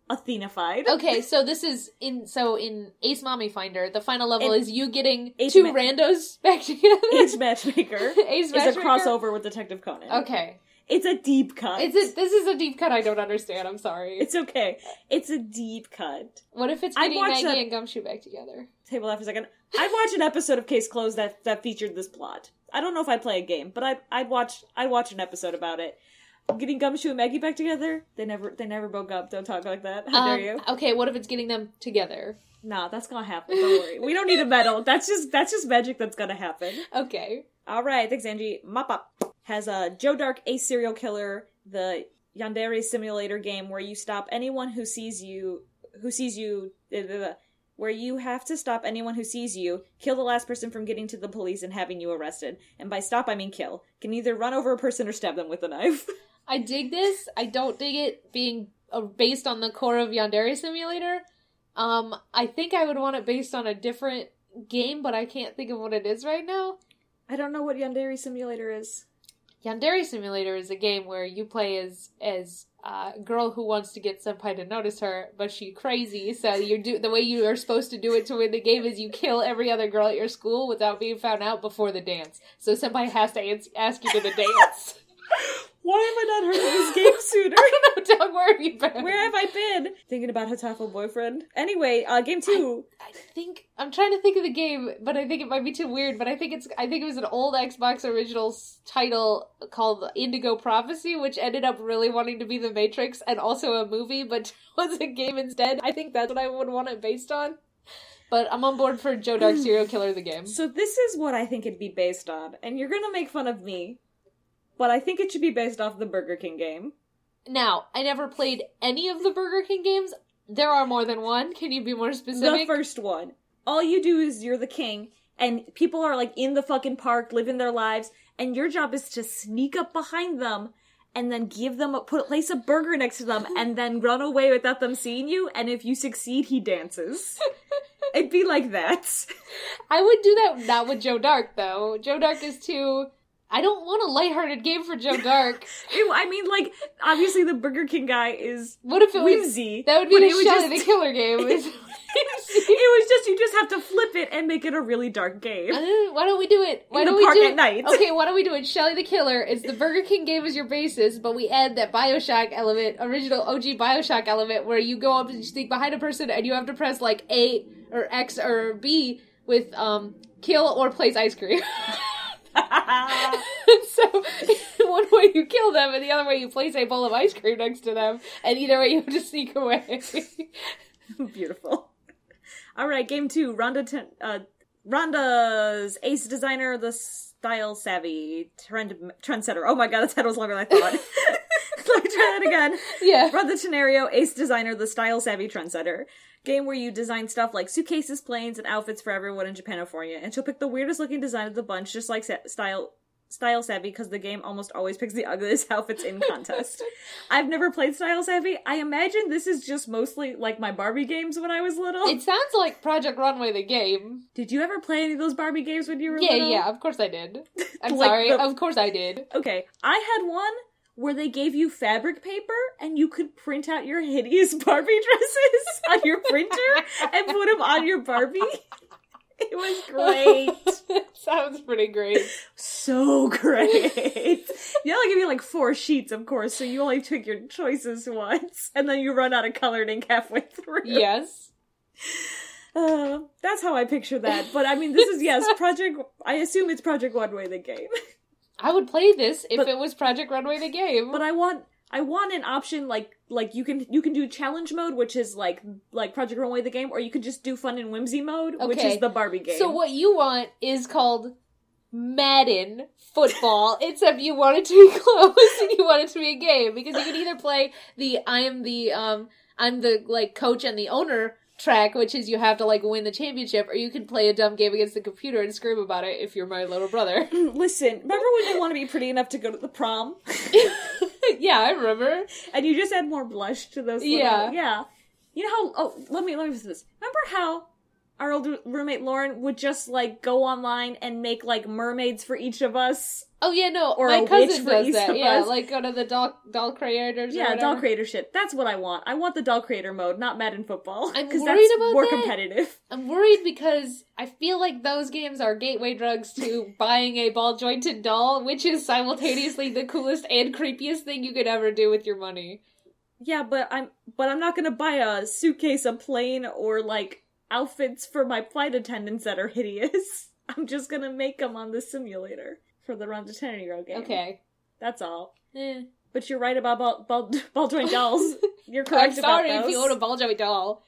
Speaker 1: Athenified.
Speaker 2: Okay, so this is in so in Ace Mommy Finder, the final level
Speaker 1: And
Speaker 2: is you getting
Speaker 1: Ace
Speaker 2: two
Speaker 1: Ma-
Speaker 2: randos back together.
Speaker 1: Ace Matchmaker
Speaker 2: Ace
Speaker 1: is a
Speaker 2: Matchmaker?
Speaker 1: crossover with Detective Conan.
Speaker 2: Okay,
Speaker 1: It's a deep cut.
Speaker 2: it's a, this is a deep cut. I don't understand. I'm sorry.
Speaker 1: It's okay. It's a deep cut.
Speaker 2: what if it's
Speaker 1: I'd
Speaker 2: getting
Speaker 1: watch
Speaker 2: Maggie
Speaker 1: that-
Speaker 2: and Gumshoe back together?
Speaker 1: Table that for a second. I'd watch an episode of Case Closed that that featured this plot. I don't know if I'd play a game, but I'd I'd watch I'd watch an episode about it. Getting Gumshoe and Maggie back together. They never they never broke up. Don't talk like that. How
Speaker 2: Um,
Speaker 1: dare you?
Speaker 2: Okay, what if it's getting them together?
Speaker 1: Nah, that's gonna happen. Don't worry. We don't need a medal. That's just that's just magic that's gonna happen.
Speaker 2: Okay,
Speaker 1: All right, thanks, Angie. Mop up has a Joe Dark, a serial killer, the Yandere simulator game where you stop anyone who sees you, who sees you, blah, blah, blah, where you have to stop anyone who sees you, kill the last person from getting to the police and having you arrested. And by stop, I mean kill. Can either run over a person or stab them with a knife.
Speaker 2: I dig this. I don't dig it being uh, based on the core of Yandere Simulator. Um, I think I would want it based on a different game, but I can't think of what it is right now.
Speaker 1: I don't know what Yandere simulator is.
Speaker 2: Yandere Simulator is a game where you play as as uh, a girl who wants to get senpai to notice her, but she crazy. So you do the way you are supposed to do it to win the game is you kill every other girl at your school without being found out before the dance. So senpai has to ans- ask you to the dance.
Speaker 1: Why have I not heard of this game sooner?
Speaker 2: no, don't worry about it.
Speaker 1: Where have I been? Thinking about Hatafo boyfriend. Anyway, uh, game two.
Speaker 2: I think I'm trying to think of the game, but I think it might be too weird. But I think it's I think it was an old Xbox original s- title called Indigo Prophecy, which ended up really wanting to be The Matrix and also a movie, but was a game instead. I think that's what I would want it based on. But I'm on board for Joe Dark Serial Killer the game.
Speaker 1: So this is what I think it'd be based on, and you're gonna make fun of me, but I think it should be based off the Burger King game.
Speaker 2: Now I never played any of the Burger King games. There are more than one. Can you be more
Speaker 1: The
Speaker 2: specific?
Speaker 1: first one. All you do is you're the king, and people are like in the fucking park living their lives, and your job is to sneak up behind them and then give them a put place a burger next to them and then run away without them seeing you, and if you succeed, he dances. it'd be like that.
Speaker 2: I would do that not with Joe Dark though. Joe Dark is too. I don't want a lighthearted game for Joe Dark.
Speaker 1: Ew, I mean, like, obviously the Burger King guy is
Speaker 2: What if it was
Speaker 1: whimsy.
Speaker 2: that would be
Speaker 1: but
Speaker 2: the
Speaker 1: it would
Speaker 2: Shelley
Speaker 1: just-
Speaker 2: the Killer game? Is-
Speaker 1: it was just you just have to flip it and make it a really dark game.
Speaker 2: Uh, why don't we do it? Why
Speaker 1: In the
Speaker 2: don't we
Speaker 1: park
Speaker 2: do
Speaker 1: at
Speaker 2: it?
Speaker 1: night.
Speaker 2: Okay, why don't we do it? Shelley the Killer is the Burger King game as your basis, but we add that Bioshock element, original OG Bioshock element, where you go up and you sneak behind a person and you have to press like A or X or B with um kill or place ice cream. so one way you kill them and the other way you place a bowl of ice cream next to them and either way you have to sneak away
Speaker 1: Beautiful. All right, game two. Ronda, ten, uh, Ronda's ace designer, the style savvy trend trendsetter. Oh my god, that title was longer than I thought. Let me try that again.
Speaker 2: yeah
Speaker 1: Ronda Tenario, ace designer, the style savvy trendsetter. Game where you design stuff like suitcases, planes, and outfits for everyone in Japanofornia, and she'll pick the weirdest looking design of the bunch, just like sa- style style savvy, because the game almost always picks the ugliest outfits in contest. I've never played style savvy. I imagine this is just mostly like my Barbie games when I was little.
Speaker 2: it sounds like project runway the game
Speaker 1: Did you ever play any of those Barbie games when you were
Speaker 2: yeah
Speaker 1: little?
Speaker 2: yeah of course i did i'm
Speaker 1: Like
Speaker 2: sorry
Speaker 1: the-
Speaker 2: of course i did
Speaker 1: Okay, I had one where they gave you fabric paper and you could print out your hideous Barbie dresses on your printer and put them on your Barbie. It was great.
Speaker 2: sounds pretty great
Speaker 1: So great. They only give you like four sheets, of course, so you only took your choices once, and then you run out of colored ink halfway through.
Speaker 2: yes
Speaker 1: Uh, that's how I picture that. But I mean, this is, yes, Project. I assume it's Project One Way the game.
Speaker 2: i would play this if
Speaker 1: But-
Speaker 2: it was project runway the game
Speaker 1: but uh, I want I want an option like like you can you can do challenge mode, which is like like Project Runway the game, or you could just do fun and whimsy mode, which
Speaker 2: Okay.
Speaker 1: is the Barbie game.
Speaker 2: so what you want is called Madden football, except you want it to be close and you want it to be a game because you can either play the I am the um on the like coach and the owner track, which is you have to like win the championship, or you can play a dumb game against the computer and scream about it if you're my little brother.
Speaker 1: Listen, remember when you want to be pretty enough to go to the prom,
Speaker 2: yeah, I remember.
Speaker 1: and you just add more blush to those? Little,
Speaker 2: Yeah.
Speaker 1: yeah. You know how? Oh, let me let me fix this. Remember how our old roommate Lauren would just like go online and make like mermaids for each of us?
Speaker 2: Oh yeah, no,
Speaker 1: Or a
Speaker 2: my
Speaker 1: witch
Speaker 2: cousin
Speaker 1: for
Speaker 2: does
Speaker 1: each
Speaker 2: that.
Speaker 1: of
Speaker 2: Yeah,
Speaker 1: us.
Speaker 2: like go to the doll doll creators. or
Speaker 1: Yeah, doll
Speaker 2: whatever.
Speaker 1: creator shit. That's what I want. I want the doll creator mode, not Madden football.
Speaker 2: I'm
Speaker 1: Because
Speaker 2: worried
Speaker 1: that's
Speaker 2: about
Speaker 1: more
Speaker 2: that.
Speaker 1: competitive.
Speaker 2: I'm worried because I feel like those games are gateway drugs to buying a ball jointed doll, which is simultaneously the coolest and creepiest thing you could ever do with your money.
Speaker 1: Yeah, but I'm but I'm not gonna buy a suitcase, a plane, or like outfits for my flight attendants that are hideous. I'm just gonna make them on the simulator for the Run to Eternity Road game.
Speaker 2: Okay.
Speaker 1: that's all.
Speaker 2: Eh.
Speaker 1: But you're right about ball ball, ball joint dolls. You're
Speaker 2: I'm
Speaker 1: correct
Speaker 2: sorry
Speaker 1: about
Speaker 2: if
Speaker 1: those.
Speaker 2: you own a ball joint doll.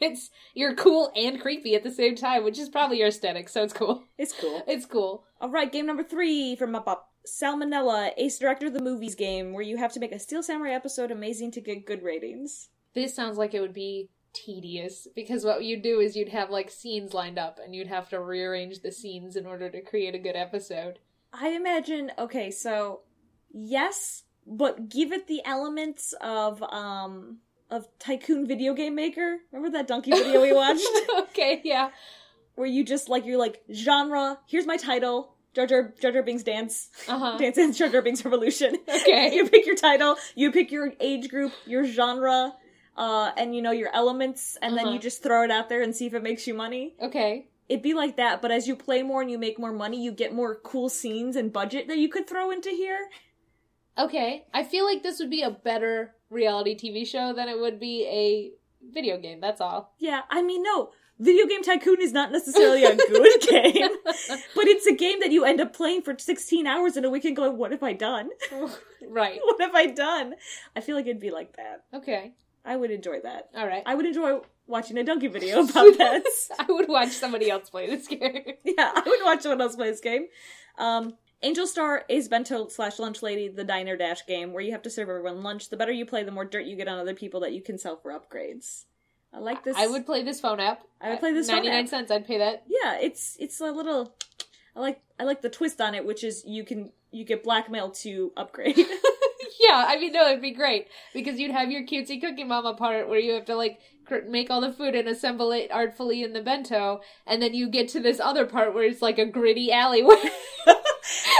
Speaker 2: It's you're cool and creepy at the same time, which is probably your aesthetic, so it's cool.
Speaker 1: It's cool.
Speaker 2: It's cool.
Speaker 1: All right, game number three from Up Up. Salmonella, Ace Director of the Movies game, where you have to make a Steel Samurai episode amazing to get good ratings.
Speaker 2: This sounds like it would be tedious because what you do is you'd have like scenes lined up and you'd have to rearrange the scenes in order to create a good episode.
Speaker 1: I imagine okay, so yes, but give it the elements of um of tycoon video game maker. Remember that donkey video we watched
Speaker 2: okay, yeah.
Speaker 1: where you just like you're like genre, here's my title, Jar Jar Jar Jar Binks dance.
Speaker 2: Uh-huh.
Speaker 1: Dance Dance Jar Jar Binks Revolution.
Speaker 2: Okay.
Speaker 1: you pick your title, you pick your age group, your genre, uh and you know your elements and then
Speaker 2: Uh-huh.
Speaker 1: you just throw it out there and see if it makes you money.
Speaker 2: Okay.
Speaker 1: It'd be like that, but as you play more and you make more money, you get more cool scenes and budget that you could throw into here.
Speaker 2: Okay. I feel like this would be a better reality TV show than it would be a video game. That's all.
Speaker 1: Yeah, I mean, no. Video Game Tycoon is not necessarily a good game, but it's a game that you end up playing for 16 hours in a weekend going, What have I done?
Speaker 2: right.
Speaker 1: What have I done? I feel like it'd be like that.
Speaker 2: Okay.
Speaker 1: I would enjoy that.
Speaker 2: All right.
Speaker 1: I would enjoy watching a donkey video about pets.
Speaker 2: I would watch somebody else play this game.
Speaker 1: yeah, I would watch someone else play this game. Um, Angel Star Ace Bento slash Lunch Lady, the Diner Dash game, where you have to serve everyone lunch. The better you play, the more dirt you get on other people that you can sell for upgrades. I like this.
Speaker 2: I would play this phone app.
Speaker 1: I would play this phone
Speaker 2: 99
Speaker 1: app.
Speaker 2: cents. I'd pay that.
Speaker 1: yeah it's it's a little i like i like the twist on it which is you can you get blackmail to upgrade
Speaker 2: Yeah, I mean, no, it'd be great because you'd have your cutesy cookie mama part where you have to like cr- make all the food and assemble it artfully in the bento, and then you get to this other part where it's like a gritty alleyway.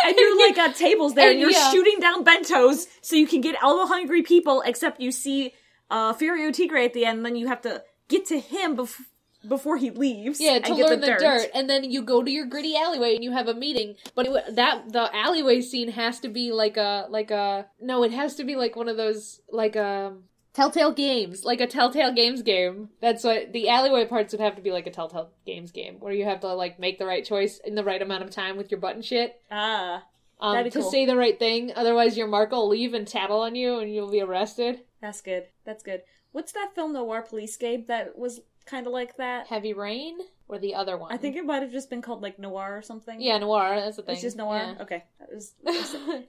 Speaker 1: and you're like got tables there and
Speaker 2: And
Speaker 1: you're
Speaker 2: yeah.
Speaker 1: shooting down bentos so you can get all the hungry people except you see uh Furio Tigre at the end and then you have to get to him bef- before he leaves
Speaker 2: Yeah,
Speaker 1: and
Speaker 2: to
Speaker 1: get
Speaker 2: learn the dirt. and then you go to your gritty alleyway and you have a meeting. But it, wa- that the alleyway scene has to be like a like a no, it has to be like one of those like um Telltale Games, like a Telltale Games game. That's what the alleyway parts would have to be like a Telltale Games game, where you have to like make the right choice in the right amount of time with your button shit
Speaker 1: ah
Speaker 2: um,
Speaker 1: That'd be
Speaker 2: to
Speaker 1: cool.
Speaker 2: say the right thing. Otherwise, your mark will leave and tattle on you, and you'll be arrested.
Speaker 1: that's good that's good what's that film noir police game that was kind of like that
Speaker 2: Heavy rain or the other one?
Speaker 1: i think it might have just been called like noir or something
Speaker 2: yeah, noir. That's the thing.
Speaker 1: it's just noir okay that was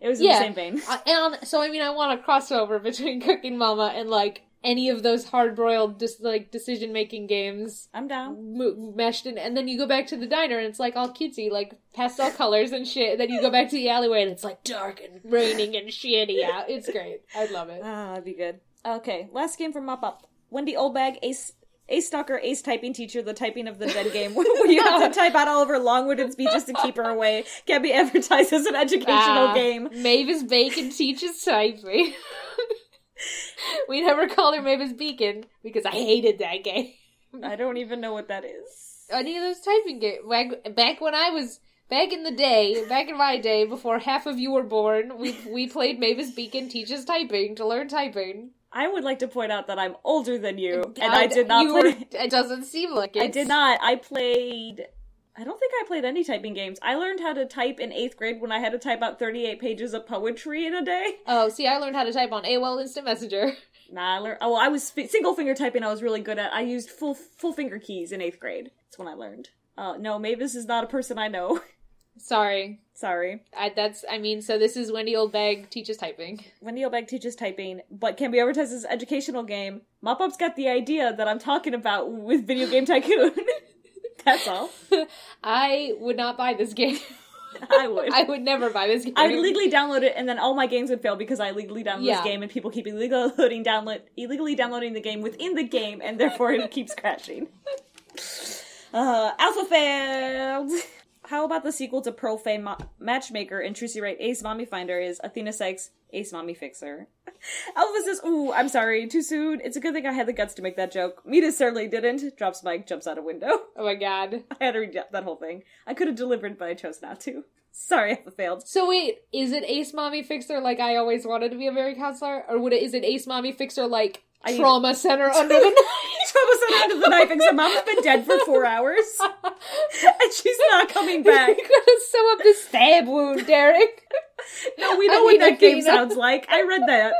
Speaker 1: it was in
Speaker 2: Yeah.
Speaker 1: the same vein
Speaker 2: I- Uh, and so I mean, I want a crossover between Cooking Mama and like any of those hard-boiled, just like decision-making games
Speaker 1: i'm down
Speaker 2: m- meshed in. And then you go back to the diner, and it's like all cutesy, like pastel colors and shit. And then you go back to the alleyway, and it's like dark and raining and shitty out. It's great. I love it.
Speaker 1: Ah, that'd be good. Okay, last game from Mop Up. Wendy Oldbag, Ace Ace Stalker, Ace Typing Teacher, the typing of the dead game, where you have to type out all of her long-winded speeches to keep her away. Can be advertised as an educational
Speaker 2: Ah,
Speaker 1: game.
Speaker 2: Mavis Bacon teaches typing. we never called her Mavis Beacon because I hated that game.
Speaker 1: I don't even know what that is.
Speaker 2: any of those typing games. Back, back when I was back in the day, back in my day, before half of you were born, we we played Mavis Beacon teaches typing to learn typing.
Speaker 1: I would like to point out that I'm older than you, and I, did not
Speaker 2: you
Speaker 1: play.
Speaker 2: were- it doesn't seem like it.
Speaker 1: I did not. I played. I don't think I played any typing games. I learned how to type in eighth grade when I had to type out 38 pages of poetry in a day.
Speaker 2: Oh, see, I learned how to type on AOL Instant Messenger.
Speaker 1: Nah, I learned. Oh, well, I was fi- single finger typing. I was really good at. I used full full finger keys in eighth grade. That's when I learned. Uh, no, Mavis is not a person I know.
Speaker 2: Sorry,
Speaker 1: Sorry.
Speaker 2: I, that's I mean. So this is Wendy Oldbag teaches typing.
Speaker 1: Wendy Obeg teaches typing, but can be advertised as an educational game. Mop Up's got the idea that I'm talking about with Video Game Tycoon. That's all.
Speaker 2: I would not buy this game.
Speaker 1: I would.
Speaker 2: I would never buy this game.
Speaker 1: I would legally download it, and then all my games would fail because I legally downloaded
Speaker 2: Yeah.
Speaker 1: this game, and people keep illegally downloading, download, illegally downloading the game within the game, and therefore it keeps crashing. Uh, Alpha failed. How about the sequel to Pro Fame Ma- Matchmaker and Tracy Wright Ace Mommy Finder is Athena Sykes Ace Mommy Fixer. Alpha says, "Ooh, I'm sorry, too soon. It's a good thing I had the guts to make that joke. Mita certainly didn't." Drops mic, jumps out a window.
Speaker 2: oh my god.
Speaker 1: I had to read that whole thing. I could have delivered, but I chose not to. Sorry, Alpha failed.
Speaker 2: So wait, is it Ace Mommy Fixer like I always wanted to be a very counselor, or would it is it Ace Mommy Fixer like
Speaker 1: I need-
Speaker 2: trauma center
Speaker 1: Oh,
Speaker 2: under the knife?
Speaker 1: Thomas went under the knife because her mom has been dead for four hours and she's not coming
Speaker 2: you
Speaker 1: back.
Speaker 2: gotta sew up the stab wound, Derek.
Speaker 1: No, we know what
Speaker 2: Athena,
Speaker 1: that game
Speaker 2: Athena.
Speaker 1: sounds like. I read that.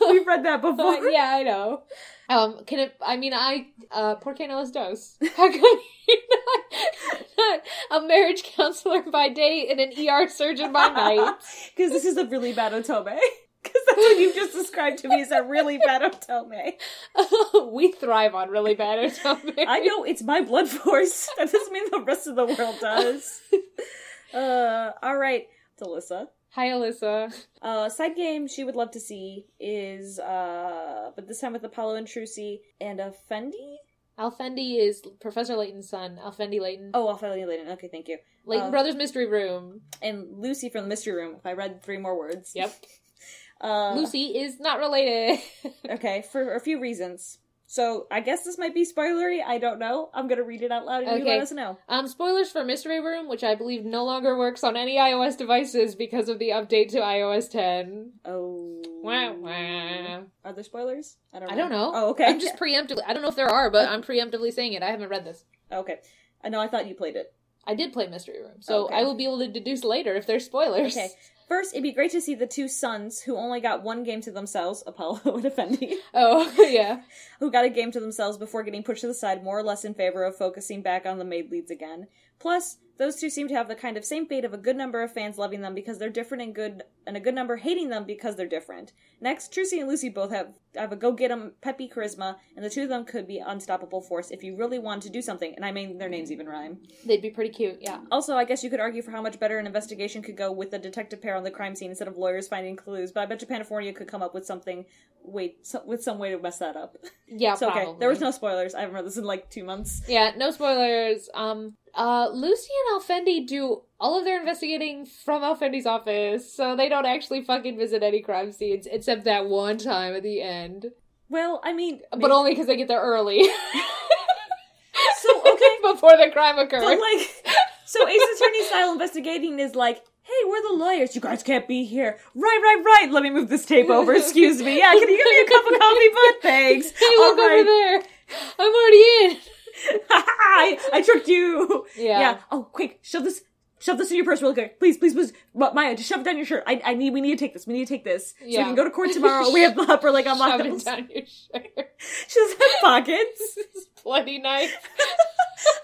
Speaker 1: We've read that
Speaker 2: Uh,
Speaker 1: before.
Speaker 2: yeah, I know. Um, can it? I mean, I uh, por qué no los dos? How come you're not, not a marriage counselor by day and an ER surgeon by night?
Speaker 1: Because this is a really bad otome. Because that's what you just described to me is a really bad otome.
Speaker 2: we thrive on really bad automates.
Speaker 1: I know it's my blood force. That doesn't mean the rest of the world does. Uh, all right, Delissa.
Speaker 2: Hi, Alyssa.
Speaker 1: Uh, side game she would love to see is, uh, but this time with Apollo and Trucy and a Fendi?
Speaker 2: Alfendi is Professor Layton's son. Alfendi Layton.
Speaker 1: Oh, Ophelia Layton. Okay, thank you.
Speaker 2: Layton
Speaker 1: uh,
Speaker 2: Brothers Mystery Room.
Speaker 1: and Lucy from the Mystery Room. If I read three more words,
Speaker 2: Yep.
Speaker 1: Uh,
Speaker 2: Lucy is not related.
Speaker 1: Okay, for a few reasons. So I guess this might be spoilery. I don't know. I'm gonna read it out loud and you
Speaker 2: Okay.
Speaker 1: let us know.
Speaker 2: um, spoilers for Mystery Room, which I believe no longer works on any iOS devices because of the update to iOS 10.
Speaker 1: Oh,
Speaker 2: Wah, wah.
Speaker 1: Are there spoilers? I don't.
Speaker 2: I don't know.
Speaker 1: Oh, okay.
Speaker 2: I'm just preemptively. I don't know if there are, but I'm preemptively saying it. I haven't read this.
Speaker 1: okay. I know. I thought you played it.
Speaker 2: I did play Mystery Room, so
Speaker 1: Okay.
Speaker 2: I will be able to deduce later if there's spoilers.
Speaker 1: Okay. First, it'd be great to see the two sons who only got one game to themselves, Apollo and Effendi,
Speaker 2: Oh, yeah.
Speaker 1: who got a game to themselves before getting pushed to the side more or less in favor of focusing back on the maid leads again. Plus, those two seem to have the kind of same fate of a good number of fans loving them because they're different and good and a good number hating them because they're different. Next, Trucy and Lucy both have have a go get 'em peppy charisma, and the two of them could be unstoppable force if you really wanted to do something, and I mean their names even rhyme.
Speaker 2: They'd be pretty cute, yeah.
Speaker 1: Also, I guess you could argue for how much better an investigation could go with a detective pair on the crime scene instead of lawyers finding clues, but I bet you Panifornia could come up with something wait so, with some way to mess that up.
Speaker 2: Yeah,
Speaker 1: So okay,
Speaker 2: probably.
Speaker 1: there was no spoilers. I haven't read this in like two months.
Speaker 2: Yeah, no spoilers. Um, uh, Lucy and Alfendi do all of their investigating from Alfendi's office, so they don't actually fucking visit any crime scenes except that one time at the end,
Speaker 1: Well, I mean,
Speaker 2: but only because they get there early
Speaker 1: so okay,
Speaker 2: before the crime occurs.
Speaker 1: but like, so Ace Attorney style investigating is like, hey, we're the lawyers. You guys can't be here. Right, right, right. Let me move this tape over. Excuse me. Yeah, can you give me a cup of coffee, bud? Thanks.
Speaker 2: hey, look
Speaker 1: All
Speaker 2: over
Speaker 1: right.
Speaker 2: there. I'm already in.
Speaker 1: I, I tricked you.
Speaker 2: Yeah.
Speaker 1: Oh, quick, shove this. Shove this in your purse real quick, please, please, please. Ma- Maya, just shove it down your shirt. I, I need, we need to take this. We need to take this so we
Speaker 2: Yeah.
Speaker 1: can go to court tomorrow. We have the upper leg on
Speaker 2: Shove it
Speaker 1: lockdowns.
Speaker 2: down your shirt.
Speaker 1: She doesn't have pockets.
Speaker 2: Bloody knife.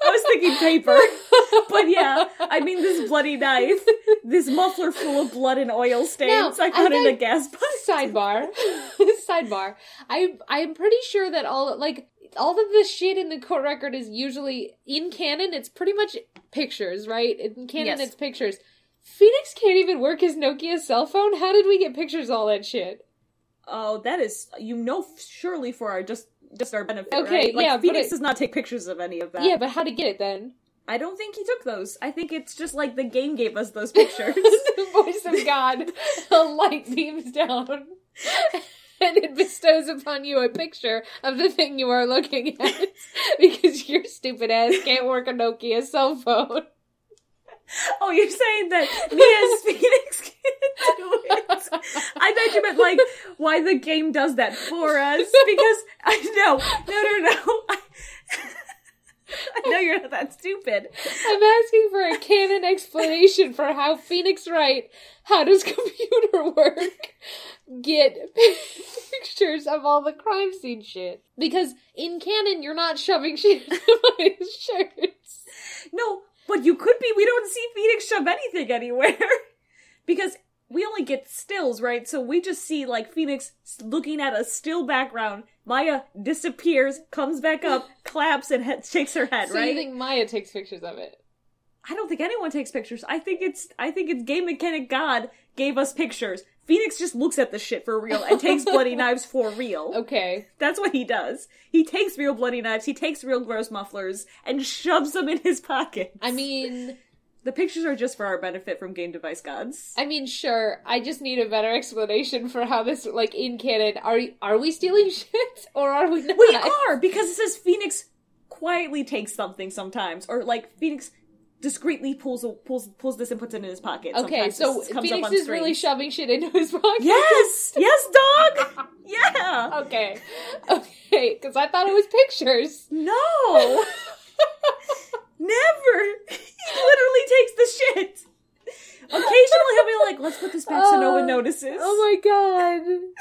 Speaker 1: I was thinking paper. But yeah, I mean this bloody knife, this muffler full of blood and oil stains
Speaker 2: No,
Speaker 1: I got
Speaker 2: I
Speaker 1: in a
Speaker 2: think-
Speaker 1: gas pipe.
Speaker 2: sidebar sidebar i i'm pretty sure that all like all of the shit in the court record is usually in canon it's pretty much pictures right in canon
Speaker 1: Yes.
Speaker 2: it's pictures phoenix can't even work his nokia cell phone how did we get pictures of all that shit
Speaker 1: Oh, that is you know surely for our just just our benefit.
Speaker 2: Okay,
Speaker 1: right? Like,
Speaker 2: yeah, but
Speaker 1: Phoenix
Speaker 2: it-
Speaker 1: does not take pictures of any of that.
Speaker 2: yeah but how to get it then
Speaker 1: I don't think he took those. I think it's just like the game gave us those pictures.
Speaker 2: the voice of god a light beams down and it bestows upon you a picture of the thing you are looking at because your stupid ass can't work a nokia cell phone
Speaker 1: oh, you're saying that me as Phoenix can't do it. I bet you meant like why the game does that for us because I no no no no. I, I know you're not that stupid.
Speaker 2: I'm asking for a canon explanation for how Phoenix Wright, how does computer work, get pictures of all the crime scene shit? Because in canon, you're not shoving shit into my shirts.
Speaker 1: No, But you could be. We don't see Phoenix shove anything anywhere because we only get stills, right? So we just see like Phoenix s- looking at a still background. Maya disappears, comes back up, claps, and he- shakes her head.
Speaker 2: So
Speaker 1: right?
Speaker 2: you think Maya takes pictures of it?
Speaker 1: I don't think anyone takes pictures. I think it's I think it's game mechanic God gave us pictures. Phoenix just looks at the shit for real and takes bloody knives for real.
Speaker 2: Okay.
Speaker 1: That's what he does. He takes real bloody knives, he takes real gross mufflers, and shoves them in his pocket.
Speaker 2: I mean,
Speaker 1: the pictures are just for our benefit from game device gods.
Speaker 2: I mean, sure. I just need a better explanation for how this, like, in canon, are are we stealing shit or are we not?
Speaker 1: we are because it says Phoenix quietly takes something sometimes, or like Phoenix discreetly pulls a, pulls pulls this and puts it in his pocket.
Speaker 2: Okay,
Speaker 1: sometimes.
Speaker 2: so
Speaker 1: This comes up
Speaker 2: Phoenix
Speaker 1: on
Speaker 2: is
Speaker 1: screen.
Speaker 2: really shoving shit into his pocket.
Speaker 1: yes, yes, dog, yeah.
Speaker 2: Okay. Okay, because I thought it was pictures.
Speaker 1: No! Never! He literally takes the shit! Occasionally he'll be like, let's put this back so no one
Speaker 2: Uh,
Speaker 1: notices.
Speaker 2: Oh my god. Um,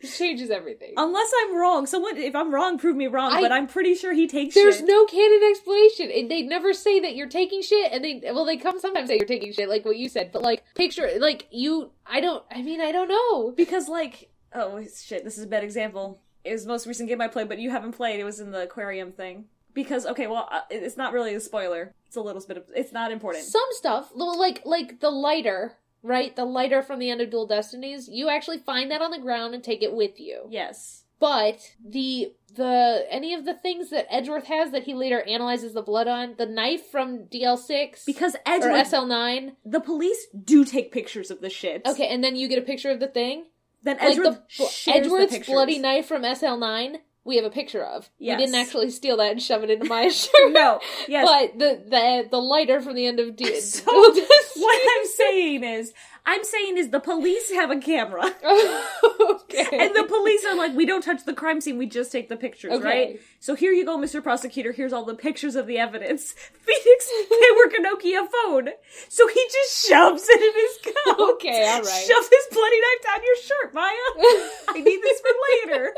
Speaker 2: It changes everything.
Speaker 1: Unless I'm wrong. Someone, if I'm wrong, prove me wrong,
Speaker 2: I-
Speaker 1: but I'm pretty sure he takes
Speaker 2: There's
Speaker 1: shit.
Speaker 2: no canon explanation. And they never say that you're taking shit and they well they come sometimes that you're taking shit, like what you said, but like picture like you I don't I mean I don't know.
Speaker 1: because, like, oh shit, this is a bad example. It was the most recent game I played, but you haven't played. It was in the aquarium thing. Because, okay, well, uh, it- it's not really a spoiler. It's a little bit of, it's not important.
Speaker 2: Some stuff, well, like like the lighter, right? The lighter from the end of Dual Destinies, you actually find that on the ground and take it with you.
Speaker 1: yes.
Speaker 2: But the the any of the things that Edgeworth has that he later analyzes the blood on, the knife from DL six
Speaker 1: Because
Speaker 2: or
Speaker 1: Edward,
Speaker 2: SL nine.
Speaker 1: the police do take pictures of the shit.
Speaker 2: Okay, and then you get a picture of the thing.
Speaker 1: Then Edward
Speaker 2: like the bl-
Speaker 1: shares the
Speaker 2: Edward's
Speaker 1: pictures.
Speaker 2: bloody knife from SL9, we have a picture of.
Speaker 1: Yes.
Speaker 2: We didn't actually steal that and shove it into my shirt.
Speaker 1: No, yes.
Speaker 2: But the, the the lighter from the end of D-
Speaker 1: So,
Speaker 2: Duel Destiny-
Speaker 1: what I'm saying is, I'm saying is the police have a camera.
Speaker 2: okay.
Speaker 1: And the police are like, we don't touch the crime scene, we just take the pictures,
Speaker 2: Okay.
Speaker 1: right? So here you go, Mr. Prosecutor, here's all the pictures of the evidence. Phoenix, they work a Nokia phone. So he just shoves it in his coat.
Speaker 2: Okay, all right.
Speaker 1: Shoves his bloody knife down your shirt, Maya. I need this for later.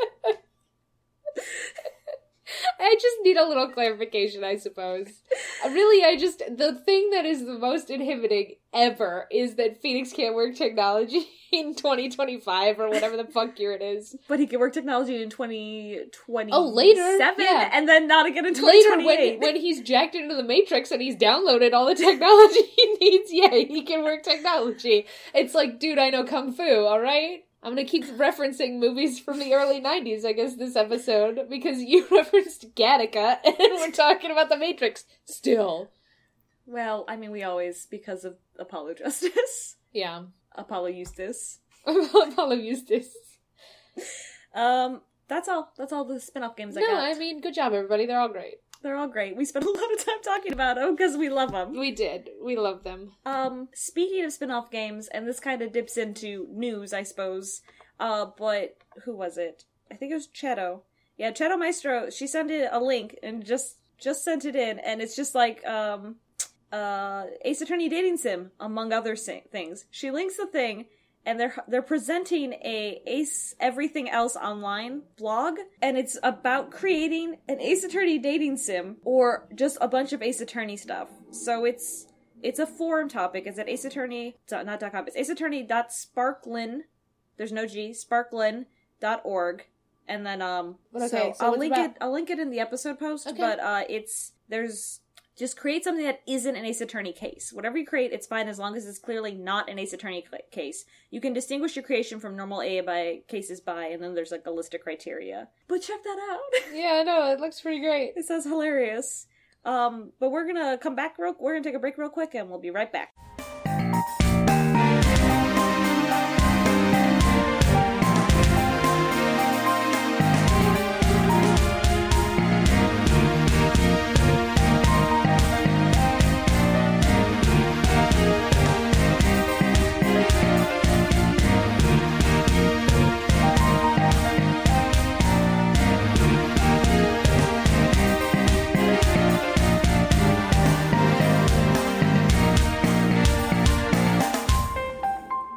Speaker 2: I just need a little clarification, I suppose. Uh, Really, I just the thing that is the most inhibiting ever is that Phoenix can't work technology in 2025 or whatever the fuck year it is.
Speaker 1: But he can work technology in 2020.
Speaker 2: Oh, later, yeah.
Speaker 1: And then not again in
Speaker 2: Later,
Speaker 1: 2028.
Speaker 2: when when he's jacked into the Matrix and he's downloaded all the technology he needs, yeah, he can work technology. It's like, dude, I know kung fu. All right, I'm gonna keep referencing movies from the early '90s. I guess this episode because you referenced Gattaca and we're talking about the Matrix still.
Speaker 1: Well, I mean, we always because of Apollo Justice,
Speaker 2: Yeah.
Speaker 1: Apollo Eustace.
Speaker 2: Apollo Eustace.
Speaker 1: Um, that's all. That's all the spin-off games I
Speaker 2: no,
Speaker 1: got.
Speaker 2: I mean, good job, everybody. They're all great.
Speaker 1: They're all great. We spent a lot of time talking about them because we love them.
Speaker 2: We did. We love them.
Speaker 1: Um, speaking of spin-off games, and this kind of dips into news, I suppose. Uh, but who was it? I think it was Cheto. Yeah, Cheto Maestro. She sent it a link and just just sent it in, and it's just like um, uh, Ace Attorney dating sim, among other si- things. She links the thing, and they're they're presenting a Ace Everything Else Online blog, and it's about creating an Ace Attorney dating sim or just a bunch of Ace Attorney stuff. So it's it's a forum topic. It's at Ace Attorney dot- not dot com. It's Ace Attorney dot Sparklin. There's no G. Sparklin dot org. And then um,
Speaker 2: But okay,
Speaker 1: so,
Speaker 2: so
Speaker 1: I'll
Speaker 2: it's
Speaker 1: link
Speaker 2: about-
Speaker 1: it. I'll link it in the episode post.
Speaker 2: Okay.
Speaker 1: But uh, it's there's just create something that isn't an ace attorney case. Whatever you create, it's fine as long as it's clearly not an ace attorney cl- case. You can distinguish your creation from normal A by cases by, and then there's like a list of criteria. But check that out.
Speaker 2: Yeah, I know. It looks pretty great.
Speaker 1: it sounds hilarious. Um, but we're gonna come back real. We're gonna take a break real quick, and we'll be right back.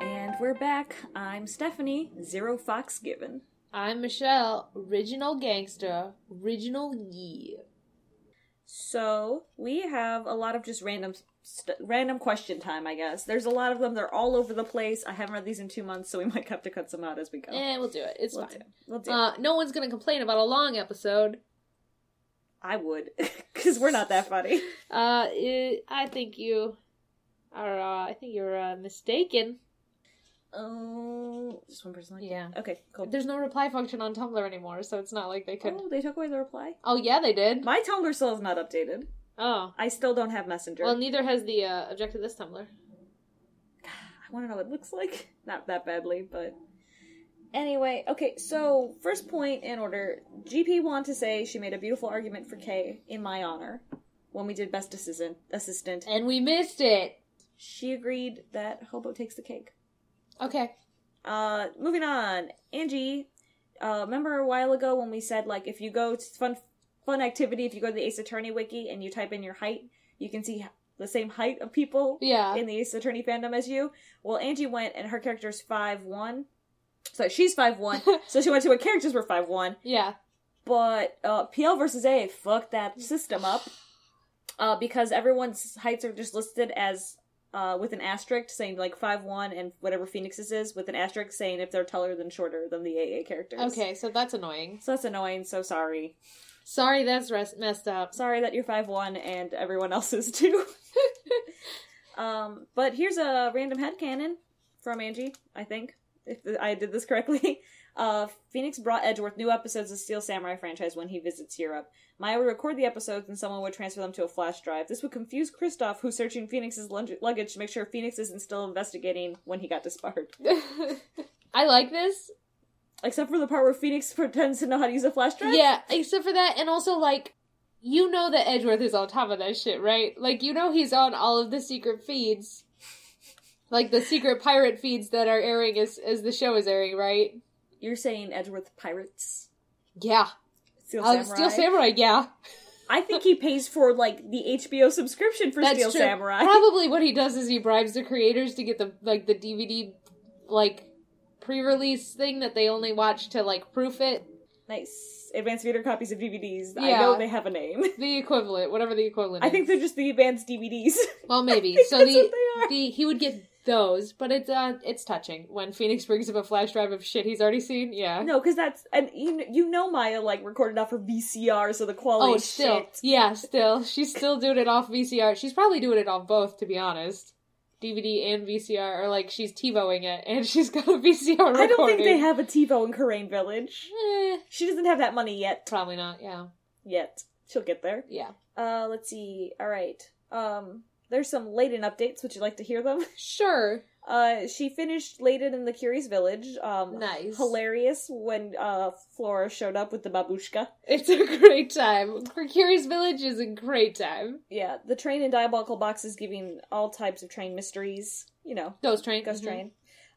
Speaker 1: And we're back. I'm Stephanie Zero Fox Given.
Speaker 2: I'm Michelle, original gangster, original ye.
Speaker 1: So we have a lot of just random, st- random question time. I guess there's a lot of them. They're all over the place. I haven't read these in two months, so we might have to cut some out as we go.
Speaker 2: Eh, we'll do it. It's
Speaker 1: we'll
Speaker 2: fine.
Speaker 1: do. We'll do.
Speaker 2: Uh, no one's gonna complain about a long episode.
Speaker 1: I would, because we're not that funny.
Speaker 2: Uh, eh, I think you are. Uh, I think you're uh, mistaken.
Speaker 1: Oh, just one person. Like
Speaker 2: Yeah.
Speaker 1: Okay. Cool.
Speaker 2: There's no reply function on Tumblr anymore, so it's not like they could.
Speaker 1: Oh, they took away the reply.
Speaker 2: Oh yeah, they did.
Speaker 1: My Tumblr still is not updated.
Speaker 2: Oh.
Speaker 1: I still don't have Messenger.
Speaker 2: Well, neither has the uh, objective this Tumblr.
Speaker 1: I want to know what it looks like. Not that badly, but. Anyway, okay, so first point in order GP wanted to say she made a beautiful argument for Kay in my honor when we did Best Assistant. assistant.
Speaker 2: And we missed it.
Speaker 1: She agreed that Hobo takes the cake.
Speaker 2: Okay.
Speaker 1: Uh, moving on, Angie. Uh, remember a while ago when we said like if you go to fun fun activity, if you go to the Ace Attorney wiki and you type in your height, you can see the same height of people
Speaker 2: Yeah.
Speaker 1: in the Ace Attorney fandom as you. Well, Angie went and her character's five one, so she's five one. so she went to what characters were five one,
Speaker 2: Yeah.
Speaker 1: but uh, PL versus A fucked that system up uh, because everyone's heights are just listed as uh, with an asterisk saying like five one and whatever Phoenix's is with an asterisk saying if they're taller than shorter than the AA characters.
Speaker 2: Okay, so that's annoying.
Speaker 1: So that's annoying. So sorry.
Speaker 2: Sorry, that's res- messed up.
Speaker 1: Sorry that you're five one and everyone else is too. um, but here's a random headcanon from Angie. I think if I did this correctly. Uh, Phoenix brought Edgeworth new episodes of Steel Samurai franchise when he visits Europe. Maya would record the episodes and someone would transfer them to a flash drive. This would confuse Kristoff, who's searching Phoenix's lug- luggage to make sure Phoenix isn't still investigating when he got disbarred.
Speaker 2: I like this.
Speaker 1: Except for the part where Phoenix pretends to know how to use a flash drive.
Speaker 2: Yeah, except for that, and also like, you know that Edgeworth is on top of that shit, right? Like, you know he's on all of the secret feeds, like the secret pirate feeds that are airing as as the show is airing, right?
Speaker 1: You're saying Edgeworth pirates?
Speaker 2: Yeah,
Speaker 1: Steel
Speaker 2: um, Steel Samurai. Yeah,
Speaker 1: I think he pays for like the HBO subscription for
Speaker 2: that's
Speaker 1: Steel
Speaker 2: true.
Speaker 1: Samurai.
Speaker 2: Probably what he does is he bribes the creators to get the like the DVD like pre-release thing that they only watch to like proof it
Speaker 1: Nice. Advanced reader copies of DVDs. I
Speaker 2: Yeah.
Speaker 1: know they have a name.
Speaker 2: the equivalent whatever the equivalent
Speaker 1: I
Speaker 2: is.
Speaker 1: think they're just the advanced DVDs.
Speaker 2: Well, maybe.
Speaker 1: think
Speaker 2: so
Speaker 1: that's
Speaker 2: the
Speaker 1: what they are.
Speaker 2: the he would get those, but it's uh it's touching when Phoenix brings up a flash drive of shit he's already seen. Yeah.
Speaker 1: no, because that's and you know, you know Maya like recorded off her VCR, so the quality
Speaker 2: oh,
Speaker 1: is
Speaker 2: still.
Speaker 1: shit.
Speaker 2: Yeah, still. She's still doing it off VCR. She's probably doing it on both, to be honest. DVD and VCR, or like she's TiVoing it, and she's got a VCR recording.
Speaker 1: I don't think they have a TiVo in Corain Village.
Speaker 2: Eh,
Speaker 1: She doesn't have that money yet.
Speaker 2: probably not. Yeah.
Speaker 1: Yet she'll get there.
Speaker 2: Yeah.
Speaker 1: Uh, let's see. All right. Um, there's some Layden updates. Would you like to hear them?
Speaker 2: Sure.
Speaker 1: Uh, she finished Layden in the Curious Village. Um,
Speaker 2: Nice.
Speaker 1: hilarious when uh Flora showed up with the babushka.
Speaker 2: It's a great time. Curious Village is a great time.
Speaker 1: Yeah, the train and diabolical box is giving all types of train mysteries. You know,
Speaker 2: Ghost Train.
Speaker 1: ghost
Speaker 2: mhm.
Speaker 1: train.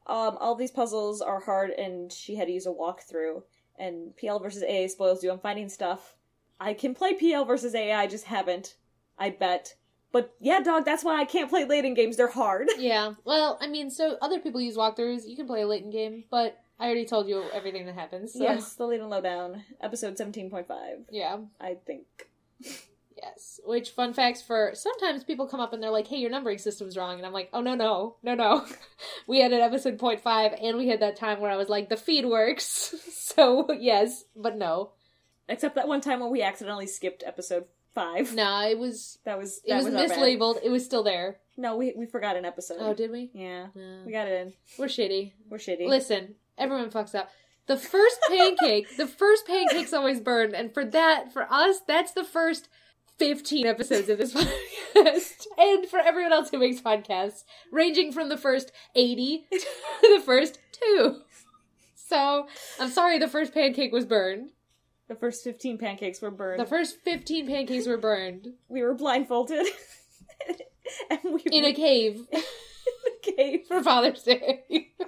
Speaker 1: Um, all these puzzles are hard, and she had to use a walkthrough. And PL versus AA spoils you. I'm finding stuff. I can play PL versus AA. I just haven't. I bet. But yeah, dog. That's why I can't play late in games. They're hard.
Speaker 2: Yeah. Well, I mean, so other people use walkthroughs. You can play a late in game, but I already told you everything that happens. So.
Speaker 1: Yes, the late and lowdown episode 17.5.
Speaker 2: Yeah.
Speaker 1: I think.
Speaker 2: Yes. Which fun facts for sometimes people come up and they're like, "Hey, your numbering system's wrong," and I'm like, "Oh no, no, no, no." we had an episode point five, and we had that time where I was like, "The feed works," so yes, but no,
Speaker 1: Except that one time when we accidentally skipped episode five.
Speaker 2: nah, it was
Speaker 1: That was
Speaker 2: it
Speaker 1: that
Speaker 2: was,
Speaker 1: was our bad.
Speaker 2: mislabeled. It was still there.
Speaker 1: No, we we forgot an episode.
Speaker 2: Oh, did we?
Speaker 1: yeah,
Speaker 2: Yeah.
Speaker 1: we got it in.
Speaker 2: We're shitty.
Speaker 1: We're shitty.
Speaker 2: Listen, everyone fucks up. The first pancake, the first pancake's always burned, and for that, for us, that's the first fifteen episodes of this podcast, and for everyone else who makes podcasts, ranging from the first eighty to the first two. So I'm sorry, the first pancake was burned.
Speaker 1: The first fifteen pancakes were burned.
Speaker 2: The first fifteen pancakes were burned
Speaker 1: we were blindfolded, and we
Speaker 2: in a cave
Speaker 1: cave.
Speaker 2: for Father's Day.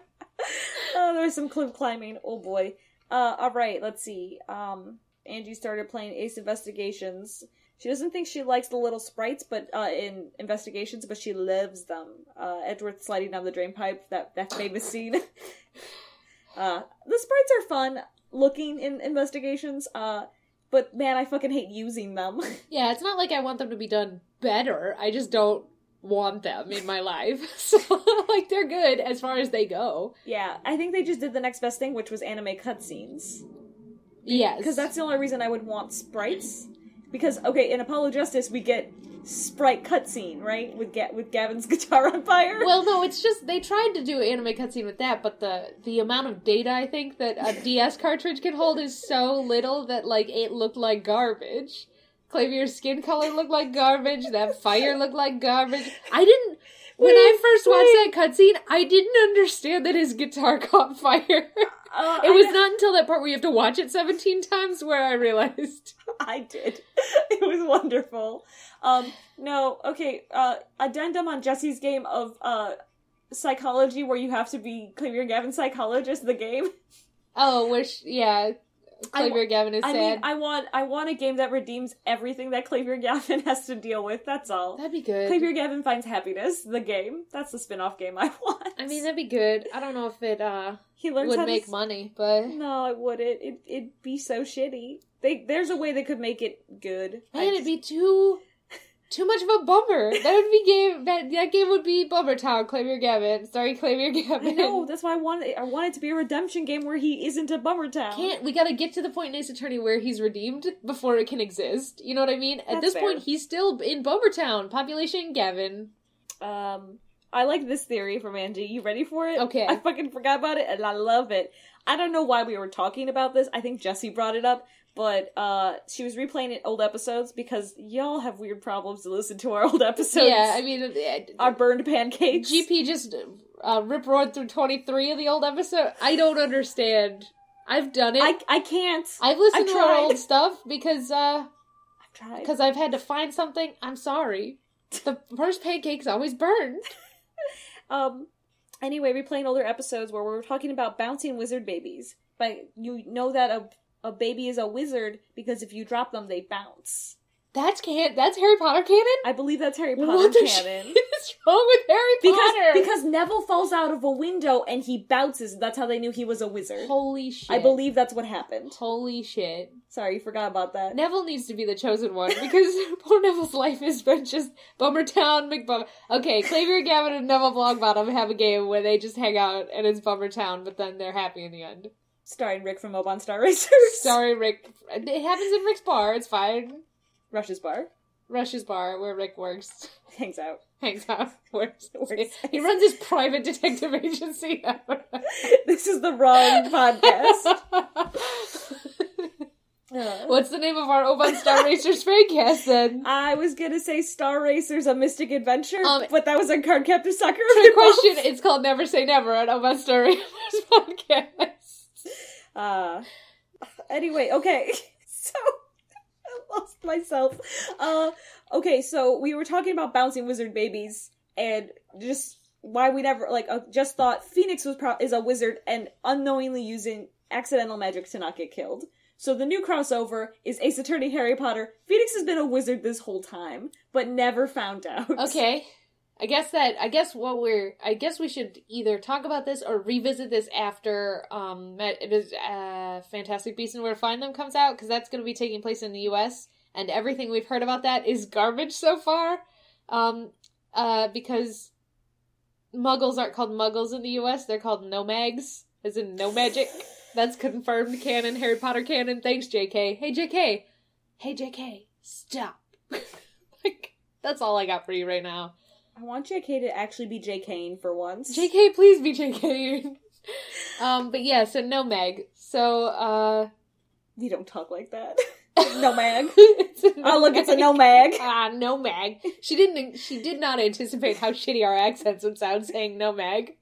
Speaker 1: Oh, there was some cliff climbing. Oh boy. Uh, all right. Let's see. Um, Angie started playing Ace Investigations. She doesn't think she likes the little sprites, but uh, in investigations, but she loves them. Uh, Edward sliding down the drain pipe. That that famous scene. uh, the sprites are fun looking in investigations. Uh, but man, I fucking hate using them.
Speaker 2: Yeah, it's not like I want them to be done better. I just don't want them in my life. So like they're good as far as they go.
Speaker 1: yeah, I think they just did the next best thing, which was anime cutscenes.
Speaker 2: Yes.
Speaker 1: Because that's the only reason I would want sprites. Because okay, in Apollo Justice we get sprite cutscene, right? With Ga- with Gavin's guitar on fire.
Speaker 2: well, no, it's just they tried to do an anime cutscene with that, but the the amount of data I think that a DS cartridge can hold is so little that like it looked like garbage. Clavier's skin color looked like garbage. That fire looked like garbage. I didn't. When I
Speaker 1: Wait,
Speaker 2: first watched that cutscene, I didn't understand that his guitar caught fire.
Speaker 1: Uh,
Speaker 2: It
Speaker 1: I
Speaker 2: was
Speaker 1: know-
Speaker 2: not until that part where you have to watch it 17 times where I realized.
Speaker 1: I did. It was wonderful. Um, no, okay. Uh, addendum on Jesse's game of uh, psychology, where you have to be Clavier Gavin psychologist. The game.
Speaker 2: Oh, which,
Speaker 1: I
Speaker 2: yeah,
Speaker 1: wa-
Speaker 2: Clavier Gavin is
Speaker 1: I
Speaker 2: sad.
Speaker 1: mean, I want, I want a game that redeems everything that Clavier Gavin has to deal with. That's all.
Speaker 2: that'd be good.
Speaker 1: Clavier Gavin finds happiness. The game. That's the spin-off game I want.
Speaker 2: I mean, that'd be good. I don't know if it uh,
Speaker 1: he learns how
Speaker 2: would
Speaker 1: to
Speaker 2: make
Speaker 1: s-
Speaker 2: money, but man,
Speaker 1: No, it wouldn't. It, it'd be so shitty. They, there's a way they could make it good. I
Speaker 2: it'd
Speaker 1: just-
Speaker 2: be too too much of a bummer. That would be game. That that game would be Bummer Town. Clavier Gavin, sorry, Clavier
Speaker 1: I
Speaker 2: Gavin.
Speaker 1: know. That's why I want it. I want it to be a redemption game where he isn't a bummer town.
Speaker 2: Can't we gotta get to the point in Ace Attorney where he's redeemed before it can exist? You know what I mean? At
Speaker 1: That's
Speaker 2: this
Speaker 1: fair.
Speaker 2: point, he's still in Bummer Town. Population Gavin.
Speaker 1: Um, I like this theory from Angie. You ready for it?
Speaker 2: Okay.
Speaker 1: I fucking forgot about it, and I love it. I don't know why we were talking about this. I think Jesse brought it up, but uh, she was replaying it old episodes because y'all have weird problems to listen to our old episodes.
Speaker 2: yeah, I mean, it-
Speaker 1: our burned pancakes.
Speaker 2: GP just uh, rip roared through 23 of the old episode. I don't understand. I've done it.
Speaker 1: I I can't. I
Speaker 2: I, have listened
Speaker 1: I
Speaker 2: to our
Speaker 1: tried.
Speaker 2: old stuff because uh
Speaker 1: have tried.
Speaker 2: because I've had to find something. I'm sorry. The first pancake's always burned.
Speaker 1: Um. Anyway, replaying older episodes where we were talking about bouncing wizard babies, but you know that a a baby is a wizard because if you drop them, they bounce.
Speaker 2: That's can that's Harry Potter canon.
Speaker 1: I believe that's Harry Potter
Speaker 2: What the
Speaker 1: canon.
Speaker 2: shit is wrong with Harry
Speaker 1: because
Speaker 2: Potter?
Speaker 1: because Neville falls out of a window and he bounces. That's how they knew he was a wizard.
Speaker 2: holy shit!
Speaker 1: I believe that's what happened.
Speaker 2: Holy shit!
Speaker 1: Sorry, you forgot about that.
Speaker 2: Neville needs to be the chosen one because poor Neville's life has been just Bummer Town, McBummer. Okay, Clavier, Gavin, and Neville Blogbottom have a game where they just hang out and it's Bummer Town, but then they're happy in the end.
Speaker 1: Starring Rick from Mobon Star Racers.
Speaker 2: Sorry, Rick. It happens in Rick's bar. It's fine.
Speaker 1: Rush's bar
Speaker 2: Rush's bar, where Rick works,
Speaker 1: hangs out.
Speaker 2: hangs out, works.
Speaker 1: Works.
Speaker 2: He runs his private detective agency. I don't
Speaker 1: this is the wrong podcast.
Speaker 2: know.
Speaker 1: Uh,
Speaker 2: What's the name of our Oban Star Racers fancast then?
Speaker 1: I was gonna say Star Racers: A Mystic Adventure,
Speaker 2: Um,
Speaker 1: but that was a card captor soccer.
Speaker 2: Trick question. It's called Never Say Never on Oban Star Racers podcast.
Speaker 1: Uh, anyway, okay. So I lost myself. Uh, okay, so we were talking about bouncing wizard babies and just why we never like uh, just thought Phoenix was pro- is a wizard and unknowingly using accidental magic to not get killed. So the new crossover is Ace Attorney Harry Potter. Phoenix has been a wizard this whole time, but never found out.
Speaker 2: Okay. I guess that I guess what we're I guess we should either talk about this or revisit this after um Ma- it is uh Fantastic Beasts and Where to Find Them comes out because that's going to be taking place in the U.S. and everything we've heard about that is garbage so far, um uh because Muggles aren't called Muggles in the U.S. they're called Nomags as in no magic. That's confirmed canon Harry Potter canon. Thanks J.K. Hey J.K. Hey J.K. Stop. like that's all I got for you right now.
Speaker 1: I want JK to actually be J. Kane for once.
Speaker 2: JK, please be JK. um, but yeah, so no Meg. So uh
Speaker 1: You don't talk like that. No Meg.
Speaker 2: it's a no
Speaker 1: oh, look, it's a
Speaker 2: Meg.
Speaker 1: no mag.
Speaker 2: Ah, no Meg. She didn't she did not anticipate how shitty our accents would sound saying no Meg.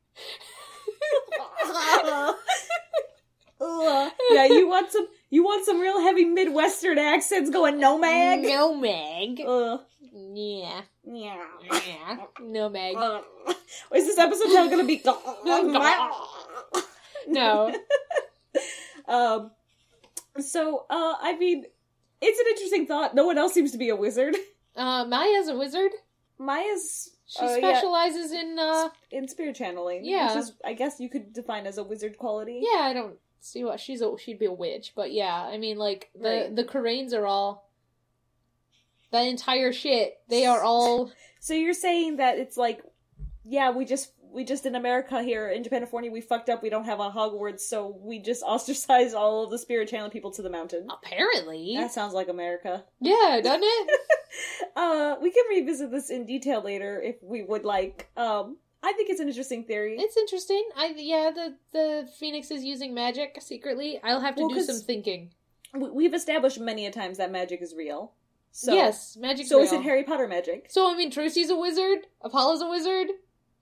Speaker 1: Ugh. yeah, you want some you want some real heavy Midwestern accents going no mag?
Speaker 2: No Meg.
Speaker 1: Ugh.
Speaker 2: Yeah.
Speaker 1: Yeah.
Speaker 2: Yeah. No Meg.
Speaker 1: Ugh. Is this episode now gonna be
Speaker 2: No.
Speaker 1: Um so uh I mean it's an interesting thought. No one else seems to be a wizard.
Speaker 2: Uh Maya's a wizard.
Speaker 1: Maya's
Speaker 2: She
Speaker 1: Oh, yeah.
Speaker 2: specializes in uh
Speaker 1: in spirit channeling.
Speaker 2: Yeah.
Speaker 1: Which is I guess you could define as a wizard quality.
Speaker 2: yeah, I don't see what she's a, she'd be a witch, but yeah, I mean like the
Speaker 1: Right.
Speaker 2: the Karanes are all that entire shit. They are all
Speaker 1: So you're saying that it's like, yeah, we just we just in America here in Japanifornia we fucked up. We don't have a Hogwarts, so we just ostracize all of the spirit channel people to the mountain.
Speaker 2: Oh, apparently
Speaker 1: That sounds like America.
Speaker 2: yeah, doesn't it?
Speaker 1: Uh, we can revisit this in detail later if we would like. Um, I think it's an interesting theory.
Speaker 2: it's interesting. I yeah the the phoenix is using magic secretly. I'll have to
Speaker 1: Well,
Speaker 2: do
Speaker 1: 'cause-
Speaker 2: some thinking.
Speaker 1: We- We've established many a times that magic is real. So,
Speaker 2: yes, magic.
Speaker 1: So is
Speaker 2: real.
Speaker 1: it Harry Potter magic?
Speaker 2: So I mean, Trucy's a wizard. Apollo's a wizard.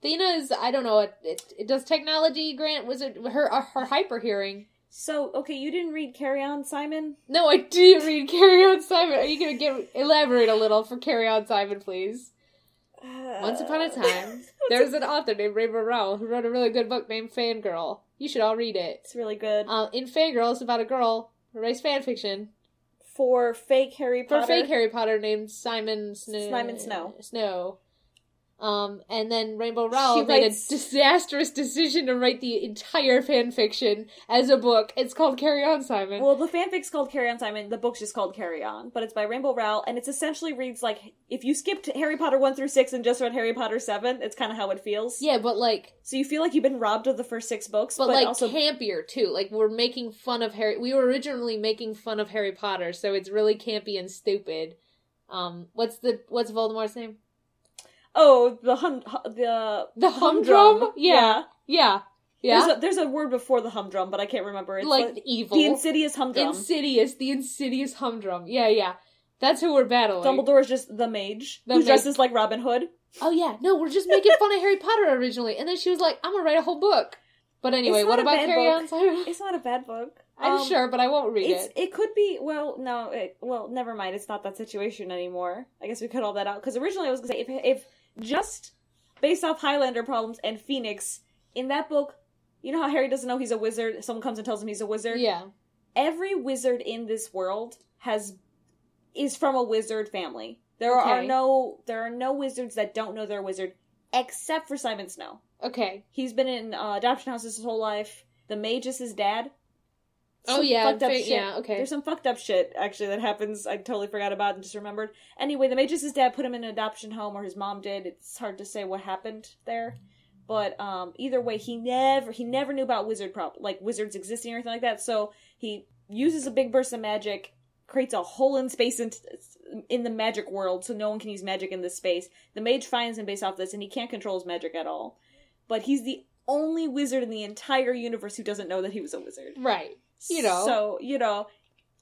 Speaker 2: Athena is I don't know. It, it, it does technology grant wizard her uh, her hyper hearing.
Speaker 1: So okay, you didn't read Carry On, Simon.
Speaker 2: No, I didn't read Carry On Simon. Are you gonna get elaborate a little for Carry On Simon, please? Once upon
Speaker 1: Uh,
Speaker 2: a time, there was an author named Ray Morrell who wrote a really good book named Fangirl. You should all read it.
Speaker 1: it's really good
Speaker 2: Uh, in Fangirl, it's about a girl who writes fanfiction
Speaker 1: for fake Harry
Speaker 2: for
Speaker 1: Potter.
Speaker 2: fake Harry Potter named Simon Snow.
Speaker 1: Simon Snow.
Speaker 2: Snow. Um, and then Rainbow Rowell
Speaker 1: She
Speaker 2: made
Speaker 1: writes-
Speaker 2: a disastrous decision to write the entire fanfiction as a book. It's called Carry On Simon.
Speaker 1: Well, the fanfic's called Carry On Simon. The book's just called Carry On, but it's by Rainbow Rowell, and it's essentially reads like if you skipped Harry Potter one through six and just read Harry Potter seven. It's kind of how it feels.
Speaker 2: yeah, but like
Speaker 1: So you feel like you've been robbed of the first six books,
Speaker 2: but,
Speaker 1: but,
Speaker 2: like
Speaker 1: also
Speaker 2: campier too. Like we're making fun of Harry. We were originally making fun of Harry Potter, so it's really campy and stupid. Um, what's the what's Voldemort's name?
Speaker 1: oh the hum hu- the
Speaker 2: The humdrum. Yeah,
Speaker 1: Yeah.
Speaker 2: yeah, yeah.
Speaker 1: There's a there's a word before the humdrum, but I can't remember. It's
Speaker 2: like
Speaker 1: like
Speaker 2: evil,
Speaker 1: the insidious humdrum.
Speaker 2: insidious, the insidious humdrum. Yeah, yeah. That's who we're battling.
Speaker 1: Dumbledore is just the mage
Speaker 2: The
Speaker 1: who
Speaker 2: mage.
Speaker 1: dresses like Robin Hood.
Speaker 2: Oh yeah, no, we're just making fun of Harry Potter originally, and then she was like, "I'm gonna write a whole book." But anyway,
Speaker 1: It's
Speaker 2: what
Speaker 1: not a
Speaker 2: about
Speaker 1: bad
Speaker 2: Carry
Speaker 1: book.
Speaker 2: On Simon?
Speaker 1: It's not a bad book.
Speaker 2: I'm
Speaker 1: Um,
Speaker 2: sure, but I won't read
Speaker 1: It's,
Speaker 2: it.
Speaker 1: it could be well no it, well never mind it's not that situation anymore I guess we cut all that out because originally I was gonna say if, if just based off Highlander problems and Phoenix in that book you know how Harry doesn't know he's a wizard someone comes and tells him he's a wizard
Speaker 2: Yeah,
Speaker 1: every wizard in this world has is from a wizard family there are
Speaker 2: Okay.
Speaker 1: no there are no wizards that don't know they're a wizard except for Simon Snow
Speaker 2: okay.
Speaker 1: he's been in uh, adoption houses his whole life the mage is his dad
Speaker 2: Oh
Speaker 1: Some
Speaker 2: yeah,
Speaker 1: fucked up
Speaker 2: fa-
Speaker 1: shit.
Speaker 2: yeah, okay.
Speaker 1: There's some fucked up shit actually that happens. I totally forgot about and just remembered. Anyway, the mage's dad put him in an adoption home, or his mom did. It's hard to say what happened there, but um, either way, he never he never knew about wizard prop like wizards existing or anything like that. So he uses a big burst of magic, creates a hole in space in, in the magic world, so no one can use magic in this space. The mage finds him based off this, and he can't control his magic at all. But he's the only wizard in the entire universe who doesn't know that he was a wizard.
Speaker 2: Right. You know.
Speaker 1: So, you know,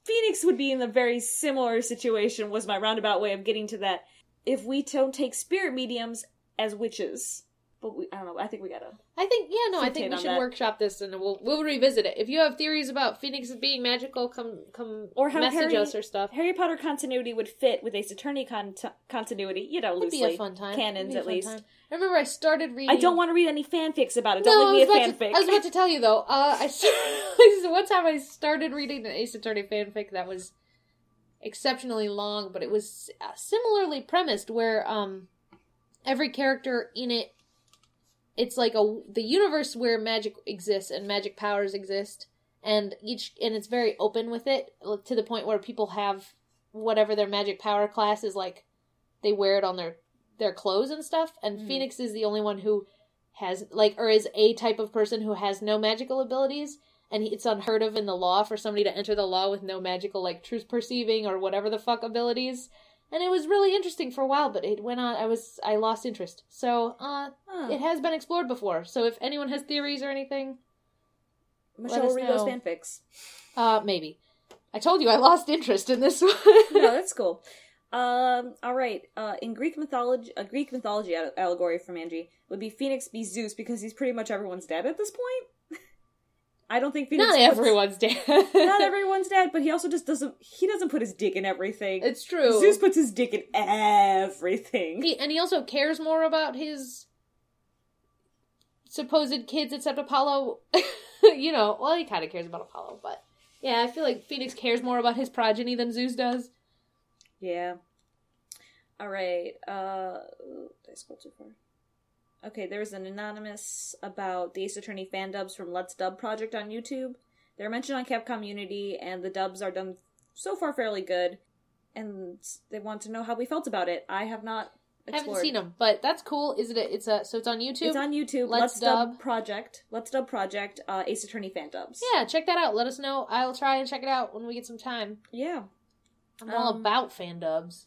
Speaker 1: Phoenix would be in a very similar situation, was my roundabout way of getting to that. If we don't take spirit mediums as witches. But we, I don't know, I think we gotta.
Speaker 2: I think yeah, no, I think
Speaker 1: Fixate
Speaker 2: we
Speaker 1: on
Speaker 2: should
Speaker 1: that.
Speaker 2: workshop this and we'll we'll revisit it. If you have theories about Phoenix being magical, come come
Speaker 1: Or how
Speaker 2: message
Speaker 1: Harry-
Speaker 2: us or stuff.
Speaker 1: Harry Potter continuity would fit with Ace Attorney con- continuity, you know,
Speaker 2: It'd
Speaker 1: loosely.
Speaker 2: be a fun time.
Speaker 1: Canons,
Speaker 2: It'd
Speaker 1: at
Speaker 2: be a
Speaker 1: least.
Speaker 2: fun time. I remember I started reading.
Speaker 1: I don't want to read any fanfics about it.
Speaker 2: No,
Speaker 1: Don't
Speaker 2: I
Speaker 1: leave
Speaker 2: was,
Speaker 1: me a
Speaker 2: about to,
Speaker 1: fanfic.
Speaker 2: I was about to tell you though. Uh, I started, one time I started reading an Ace Attorney fanfic that was exceptionally long, but it was uh, similarly premised, where um, every character in it, it's like a the universe where magic exists and magic powers exist, and each and it's very open with it like, to the point where people have whatever their magic power class is like, they wear it on their their clothes and stuff, and
Speaker 1: Mhm.
Speaker 2: Phoenix is the only one who has like or is a type of person who has no magical abilities and it's unheard of in the law for somebody to enter the law with no magical like truth perceiving or whatever the fuck abilities and it was really interesting for a while but it went on i was i lost interest so uh
Speaker 1: Huh.
Speaker 2: it has been explored before so if anyone has theories or anything
Speaker 1: Michelle
Speaker 2: let us
Speaker 1: will read those
Speaker 2: know.
Speaker 1: fanfics.
Speaker 2: uh maybe i told you i lost interest in this one
Speaker 1: no, that's cool. Um, all right. Uh, in Greek mythology, a Greek mythology al- allegory from Angie would be Phoenix be Zeus because he's pretty much everyone's dad at this point. I don't think Phoenix.
Speaker 2: not
Speaker 1: puts-
Speaker 2: everyone's dead
Speaker 1: Not everyone's dad, but he also just doesn't. He doesn't put his dick in everything.
Speaker 2: it's true
Speaker 1: Zeus puts his dick in everything.
Speaker 2: He, and he also cares more about his supposed kids, except Apollo. you know, well, he kind of cares about Apollo, but yeah, I feel like Phoenix cares more about his progeny than Zeus does.
Speaker 1: Yeah. All right. Uh, did I scroll too far? Okay, there was an anonymous about the Ace Attorney fan dubs from Let's Dub Project on YouTube. They're mentioned on Capcom Unity, and the dubs are done so far fairly good. And they want to know how we felt about it. I have not
Speaker 2: I
Speaker 1: explored.
Speaker 2: haven't seen them, but that's cool. Is it? A, it's a so it's on YouTube.
Speaker 1: It's on YouTube.
Speaker 2: Let's
Speaker 1: Let's, dub.
Speaker 2: Dub.
Speaker 1: Project. Let's Dub Project. Uh, Ace Attorney fan dubs.
Speaker 2: yeah, check that out. Let us know. I'll try and check it out when we get some time.
Speaker 1: Yeah.
Speaker 2: I'm all
Speaker 1: Um,
Speaker 2: about fan dubs.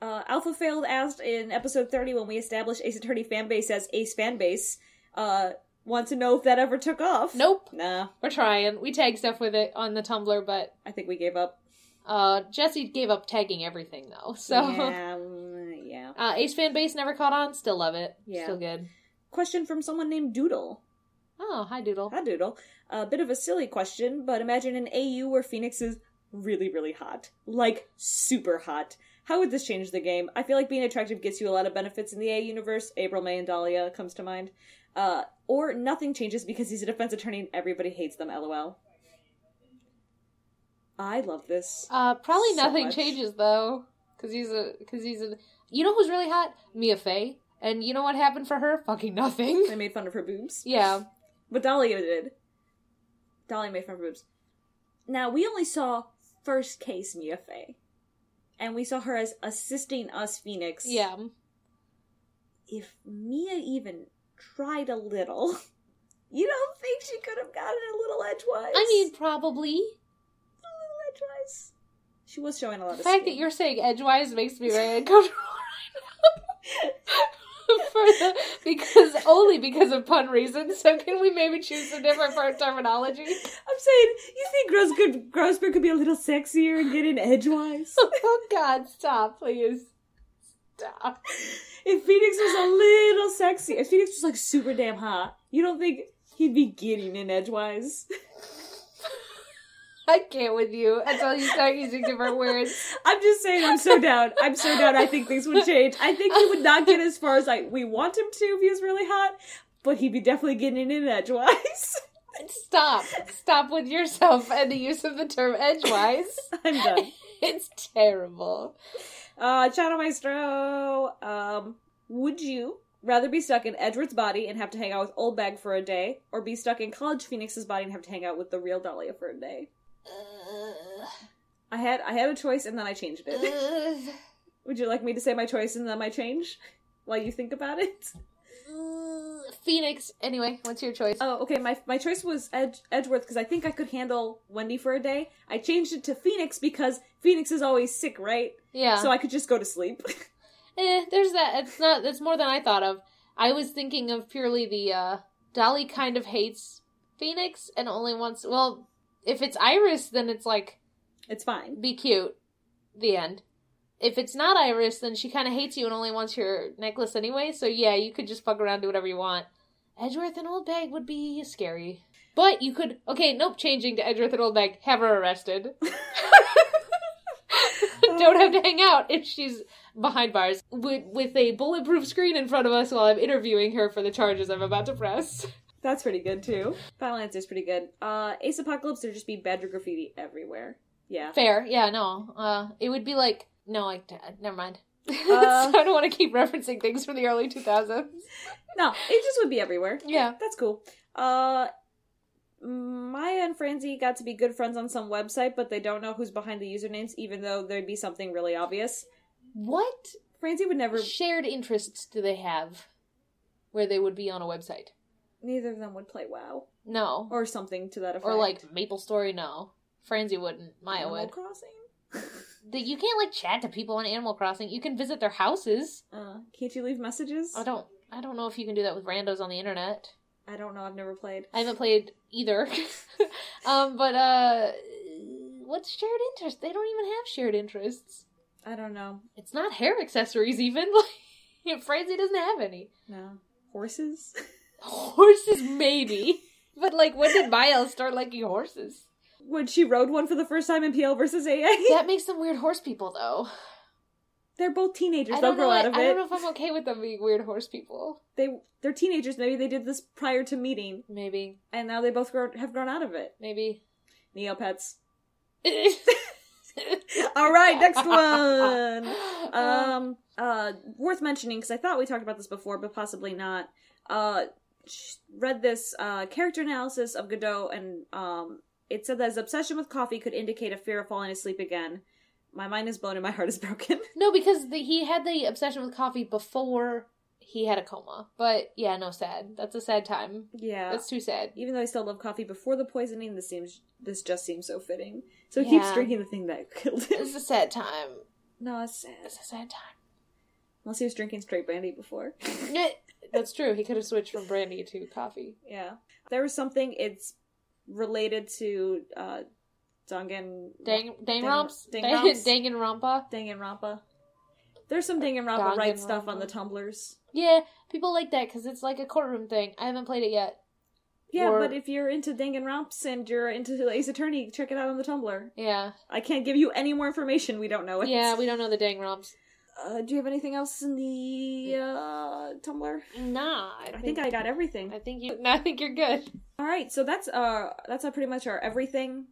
Speaker 1: Uh, Alpha failed asked in episode 30 when we established Ace Attorney fanbase as Ace fanbase. Uh, want to know if that ever took off?
Speaker 2: Nope,
Speaker 1: Nah,
Speaker 2: we're trying. We tag stuff with it on the Tumblr, but
Speaker 1: I think we gave up.
Speaker 2: uh, Jesse gave up tagging everything though. So
Speaker 1: yeah, mm, yeah.
Speaker 2: uh, Ace fan base never caught on. Still love it.
Speaker 1: Yeah.
Speaker 2: Still good.
Speaker 1: Question from someone named Doodle.
Speaker 2: Oh, hi Doodle.
Speaker 1: Hi, Doodle. A bit of a silly question, but imagine an AU where Phoenix is really, really hot. Like, super hot. How would this change the game? I feel like being attractive gets you a lot of benefits in the A universe. April, May, and Dahlia comes to mind. Uh, or nothing changes because he's a defense attorney and everybody hates them, lol. I love this.
Speaker 2: Uh, probably
Speaker 1: So
Speaker 2: nothing
Speaker 1: much.
Speaker 2: changes though, because he's a because he's a. You know who's really hot? Mia Fey. And you know what happened for her? Fucking nothing.
Speaker 1: I made fun of her boobs.
Speaker 2: yeah.
Speaker 1: But Dahlia did. Dahlia made fun of her boobs. Now, we only saw first case Mia Fey. And we saw her as assisting us, Phoenix.
Speaker 2: Yeah.
Speaker 1: If Mia even tried a little, you don't think she could have gotten a little edgewise?
Speaker 2: I mean, probably.
Speaker 1: a little edgewise. She was showing a lot
Speaker 2: The
Speaker 1: of
Speaker 2: fact that
Speaker 1: skin.
Speaker 2: you're saying edgewise makes me very uncomfortable right now. For the, because only because of pun reasons. So can we maybe choose a different for terminology?
Speaker 1: I'm saying, you think Gross could, Grossberg could be a little sexier and get in edgewise?
Speaker 2: Oh God! Stop, please. Stop.
Speaker 1: if Phoenix was a little sexy, if Phoenix was like super damn hot, you don't think he'd be getting in edgewise?
Speaker 2: I can't with you until you start using different words.
Speaker 1: I'm just saying, I'm so down. I'm so down. I think things would change. I think he would not get as far as like we want him to if he was really hot, but he'd be definitely getting in edgewise.
Speaker 2: Stop. Stop with yourself and the use of the term edgewise.
Speaker 1: I'm done.
Speaker 2: It's terrible.
Speaker 1: Uh, Shadow Maestro, um, would you rather be stuck in Edward's body and have to hang out with Old Bag for a day, or be stuck in College Phoenix's body and have to hang out with the real Dahlia for a day? I had I had a choice and then I changed it. Would you like me to say my choice and then my change while you think about it?
Speaker 2: Phoenix. Anyway, what's your choice?
Speaker 1: Oh, okay. My my choice was Edge, Edgeworth because I think I could handle Wendy for a day. I changed it to Phoenix because Phoenix is always sick, right?
Speaker 2: yeah.
Speaker 1: So I could just go to sleep.
Speaker 2: eh, there's that. It's not. That's more than I thought of. I was thinking of purely the uh, Dolly kind of hates Phoenix and only wants. Well, if it's Iris, then it's like
Speaker 1: it's fine.
Speaker 2: be cute. The end. If it's not Iris, then she kind of hates you and only wants your necklace anyway. So yeah, you could just fuck around, do whatever you want. Edgeworth and Old Bag would be scary, but you could. Okay, nope. Changing to Edgeworth and Old Bag. Have her arrested. Don't have to hang out if she's behind bars with, with a bulletproof screen in front of us while I'm interviewing her for the charges I'm about to press.
Speaker 1: That's pretty good too. Final answer is pretty good. Uh, Ace Apocalypse, there'd just be badger graffiti everywhere. Yeah.
Speaker 2: Fair, yeah, no. Uh, it would be like no, like never mind.
Speaker 1: Uh,
Speaker 2: so I don't want to keep referencing things from the early 2000s.
Speaker 1: No, it just would be everywhere.
Speaker 2: Yeah.
Speaker 1: That's cool. Uh, Maya and Franzi got to be good friends on some website, but they don't know who's behind the usernames, even though there'd be something really obvious.
Speaker 2: What
Speaker 1: Franzi would never.
Speaker 2: shared interests do they have where they would be on a website?
Speaker 1: Neither of them would play WoW
Speaker 2: No. Or,
Speaker 1: or something to that effect.
Speaker 2: like Maple Story? No. Franzi wouldn't. Maya
Speaker 1: Animal
Speaker 2: would.
Speaker 1: Crossing.
Speaker 2: The- You can't like chat to people on Animal Crossing. You can visit their houses.
Speaker 1: Uh, can't you leave messages?
Speaker 2: I don't. I don't know if you can do that with randos on the internet.
Speaker 1: I don't know. I've never played.
Speaker 2: I haven't played either. um, but uh, what's shared interest? They don't even have shared interests.
Speaker 1: I don't know.
Speaker 2: It's not hair accessories, even. Like, Francie doesn't have any.
Speaker 1: No horses.
Speaker 2: Horses, maybe. but, like, when did Miles start liking horses?
Speaker 1: when she rode one for the first time in PL versus AA,
Speaker 2: That makes them weird horse people, though.
Speaker 1: they're both teenagers.
Speaker 2: I
Speaker 1: They'll
Speaker 2: don't, know,
Speaker 1: grow out
Speaker 2: I,
Speaker 1: of
Speaker 2: I
Speaker 1: it.
Speaker 2: don't know if I'm okay with them being weird horse people.
Speaker 1: They they're teenagers. Maybe they did this prior to meeting,
Speaker 2: Maybe.
Speaker 1: and now they both grow, have grown out of it.
Speaker 2: Maybe.
Speaker 1: Neopets.
Speaker 2: Uh,
Speaker 1: All right, next one.
Speaker 2: Um,
Speaker 1: Um, uh, worth mentioning because I thought we talked about this before, but possibly not. Uh, read this uh, character analysis of Godot, and um, it said that his obsession with coffee could indicate a fear of falling asleep again. My mind is blown and my heart is broken.
Speaker 2: No, because the, he had the obsession with coffee before he had a coma. But yeah, no, sad. That's a sad time.
Speaker 1: yeah.
Speaker 2: That's too sad.
Speaker 1: Even though I still love coffee before the poisoning, this seems this just seems so fitting. So he keeps
Speaker 2: Yeah.
Speaker 1: drinking the thing that killed him.
Speaker 2: It's a sad time.
Speaker 1: no, it's sad.
Speaker 2: It's a sad time.
Speaker 1: Unless he was drinking straight brandy before.
Speaker 2: Nyeh. That's true. He could have switched from brandy to coffee.
Speaker 1: yeah. There was something it's related to uh Dangan
Speaker 2: Dang, dang, romps,
Speaker 1: dang
Speaker 2: dang,
Speaker 1: romps.
Speaker 2: dang and rompa.
Speaker 1: Danganronpa. There's some Danganronpa right stuff on
Speaker 2: Danganronpa.
Speaker 1: the tumblers.
Speaker 2: Yeah, people like that because it's like a courtroom thing. I haven't played it yet.
Speaker 1: Yeah,
Speaker 2: Or-
Speaker 1: but if you're into Danganronps and you're into Ace Attorney, check it out on the Tumblr.
Speaker 2: Yeah,
Speaker 1: I can't give you any more information. We don't know it.
Speaker 2: yeah, we don't know the dang romps.
Speaker 1: Uh, do you have anything else in the uh, Tumblr?
Speaker 2: Nah, I
Speaker 1: I think I got everything.
Speaker 2: I think you. No, I think you're good.
Speaker 1: All right, so that's uh that's uh, pretty much our everything,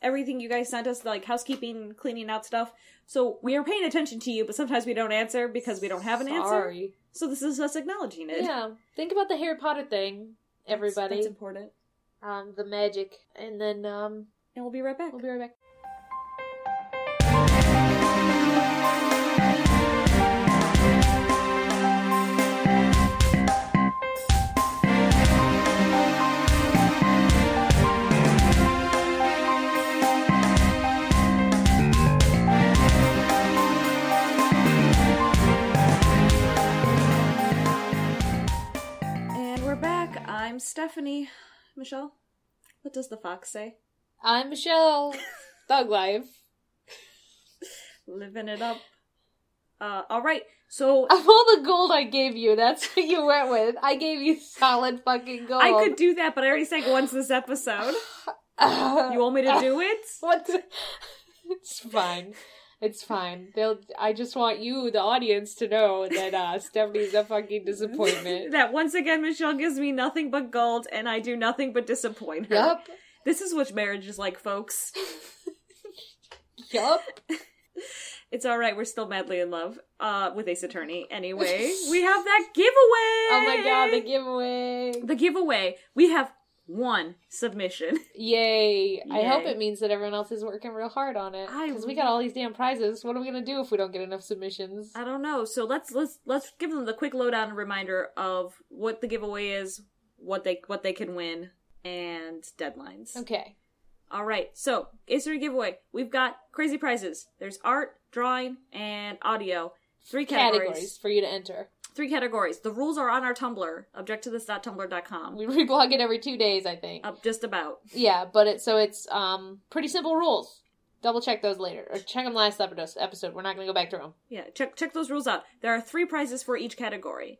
Speaker 1: everything you guys sent us like housekeeping, cleaning out stuff. So we are paying attention to you, but sometimes we don't answer because we don't have an answer.
Speaker 2: Sorry.
Speaker 1: So this is us acknowledging it.
Speaker 2: Yeah, think about the Harry Potter thing,
Speaker 1: That's-
Speaker 2: everybody.
Speaker 1: that's important.
Speaker 2: um, the magic, and then um,
Speaker 1: And we'll be right back.
Speaker 2: we'll be right back.
Speaker 1: And we're back. I'm Stephanie. Michelle, what does the fox say?
Speaker 2: I'm Michelle. Thug life.
Speaker 1: Living it up. Uh, all right. So
Speaker 2: Of all the gold I gave you, that's what you went with. I gave you solid fucking gold.
Speaker 1: I could do that, but I already sang once this episode. You want me to do it?
Speaker 2: What? the- It's fine. It's fine. They'll. I just want you, the audience, to know that uh, Stephanie's a fucking disappointment.
Speaker 1: that once again Michelle gives me nothing but gold and I do nothing but disappoint her.
Speaker 2: yup.
Speaker 1: This is what marriage is like, folks.
Speaker 2: Yup.
Speaker 1: It's all right. We're still madly in love uh, with Ace Attorney. Anyway, we have that giveaway.
Speaker 2: Oh my god, the giveaway!
Speaker 1: the giveaway. We have one submission.
Speaker 2: Yay. I hope
Speaker 1: Yay.
Speaker 2: it means that everyone else is working real hard on it
Speaker 1: I
Speaker 2: because we got all these damn prizes. What are we gonna do if we don't get enough submissions?
Speaker 1: I don't know. So let's let's let's give them the quick lowdown and reminder of what the giveaway is, what they what they can win, and deadlines.
Speaker 2: Okay.
Speaker 1: All right, so Acer giveaway. We've got crazy prizes. There's art, drawing, and audio. Three categories.
Speaker 2: Categories for you to enter.
Speaker 1: Three categories. The rules are on our Tumblr, objecttothis.tumblr.com.
Speaker 2: We reblog it every two days, I think.
Speaker 1: Up just about.
Speaker 2: Yeah, but it so it's um pretty simple rules. Double check those later, or check them last episode. Episode. We're not going to go back to them.
Speaker 1: Yeah, check check those rules out. There are three prizes for each category.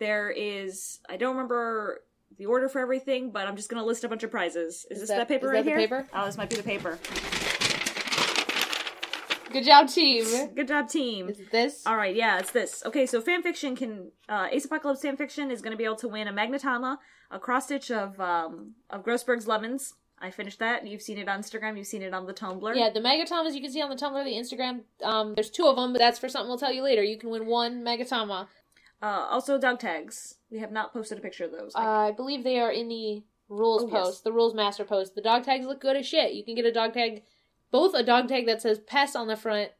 Speaker 1: There is I don't remember the order for everything, but I'm just gonna list a bunch of prizes. Is,
Speaker 2: Is
Speaker 1: this
Speaker 2: that-
Speaker 1: that, paper
Speaker 2: is
Speaker 1: right
Speaker 2: that the
Speaker 1: here?
Speaker 2: paper?
Speaker 1: Oh, this might be the paper.
Speaker 2: Good job, team.
Speaker 1: Good job, team.
Speaker 2: Is it this?
Speaker 1: All right, yeah, it's this. Okay, so fan fiction can uh, Ace Apocalypse fan fiction is going to be able to win a magnetama, a cross stitch of um, of Grossberg's lemons. I finished that. You've seen it on Instagram. You've seen it on the Tumblr.
Speaker 2: Yeah, the megatamas you can see on the Tumblr, the Instagram. Um, there's two of them, but that's for something we'll tell you later. You can win one megatama.
Speaker 1: Uh, also dog tags. We have not posted a picture of those.
Speaker 2: Uh, I believe they are in the rules
Speaker 1: Oh, yes.
Speaker 2: post, the rules master post. The dog tags look good as shit. You can get a dog tag, both a dog tag that says pest on the front,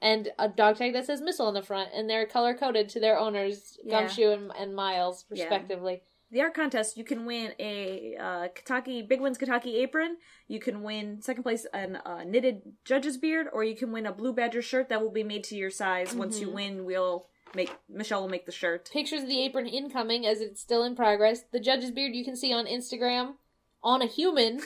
Speaker 2: and a dog tag that says missile on the front, and they're color coded to their owners,
Speaker 1: Yeah.
Speaker 2: Gumshoe and, and Miles,
Speaker 1: Yeah.
Speaker 2: respectively.
Speaker 1: the art contest. You can win a uh, Kataki Big Wins Kataki apron. You can win second place an uh, knitted judge's beard, or you can win a Blue Badger shirt that will be made to your size. Once you
Speaker 2: Mhm.
Speaker 1: win, we'll make Michelle will make the shirt.
Speaker 2: Pictures of the apron incoming as it's still in progress. The judge's beard you can see on Instagram on a human.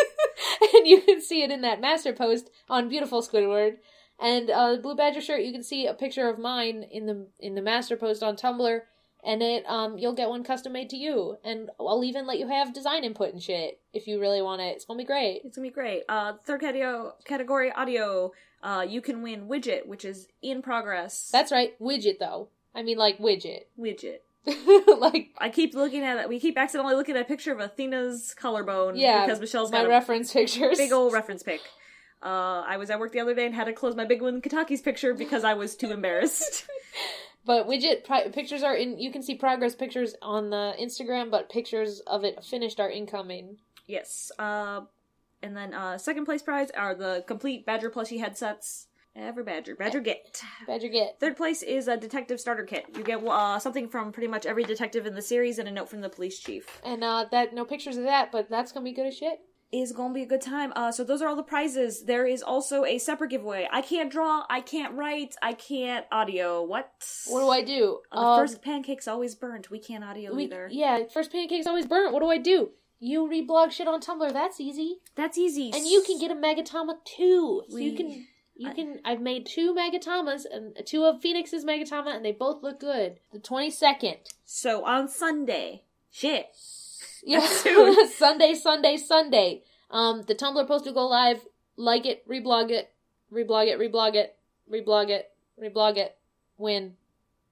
Speaker 2: and you can see it in that master post on beautiful Squidward. And uh, the blue badger shirt you can see a picture of mine in the in the master post on Tumblr and it um you'll get one custom made to you and I'll even let you have design input and shit if you really want it. It's going to be great.
Speaker 1: It's gonna be great. Uh, third category, category audio. Uh, you can win widget, which is in progress.
Speaker 2: That's right, widget though. I mean like widget.
Speaker 1: widget.
Speaker 2: like
Speaker 1: I keep looking at it. We keep accidentally looking at a picture of Athena's collarbone.
Speaker 2: Yeah,
Speaker 1: because Michelle's
Speaker 2: my
Speaker 1: got a
Speaker 2: reference pictures.
Speaker 1: big old reference pic. Uh, I was at work the other day and had to close my big one Kataki's picture because I was too embarrassed.
Speaker 2: But widget pri- pictures are in. You can see progress pictures on the Instagram, but pictures of it finished are incoming.
Speaker 1: Yes. Uh, and then uh, second place prize are the complete Badger plushie headsets. Every Badger.
Speaker 2: Eh.
Speaker 1: Badger get.
Speaker 2: Badger get.
Speaker 1: Third place is a detective starter kit. You get uh, something from pretty much every detective in the series and a note from the police chief.
Speaker 2: And uh, that no pictures of that, but that's gonna be good as shit.
Speaker 1: Is gonna be a good time. Uh, so those are all the prizes. There is also a separate giveaway. I can't draw. I can't write. I can't audio. What?
Speaker 2: What do I do? Um,
Speaker 1: Uh, the first pancake's always burnt. We can't audio
Speaker 2: we,
Speaker 1: either.
Speaker 2: yeah, first pancake's always burnt. What do I do? You reblog shit on Tumblr. That's easy.
Speaker 1: That's easy.
Speaker 2: And you can get a Megatama too. So you
Speaker 1: We-
Speaker 2: can you
Speaker 1: I-
Speaker 2: can I've made two Megatamas and two of Phoenix's Megatama and they both look good. The 22nd.
Speaker 1: So on Sunday. Shit.
Speaker 2: Yeah.
Speaker 1: soon.
Speaker 2: Sunday, Sunday, Sunday. Um the Tumblr post will go live. Like it, reblog it, reblog it, reblog it, reblog it, reblog it. Win.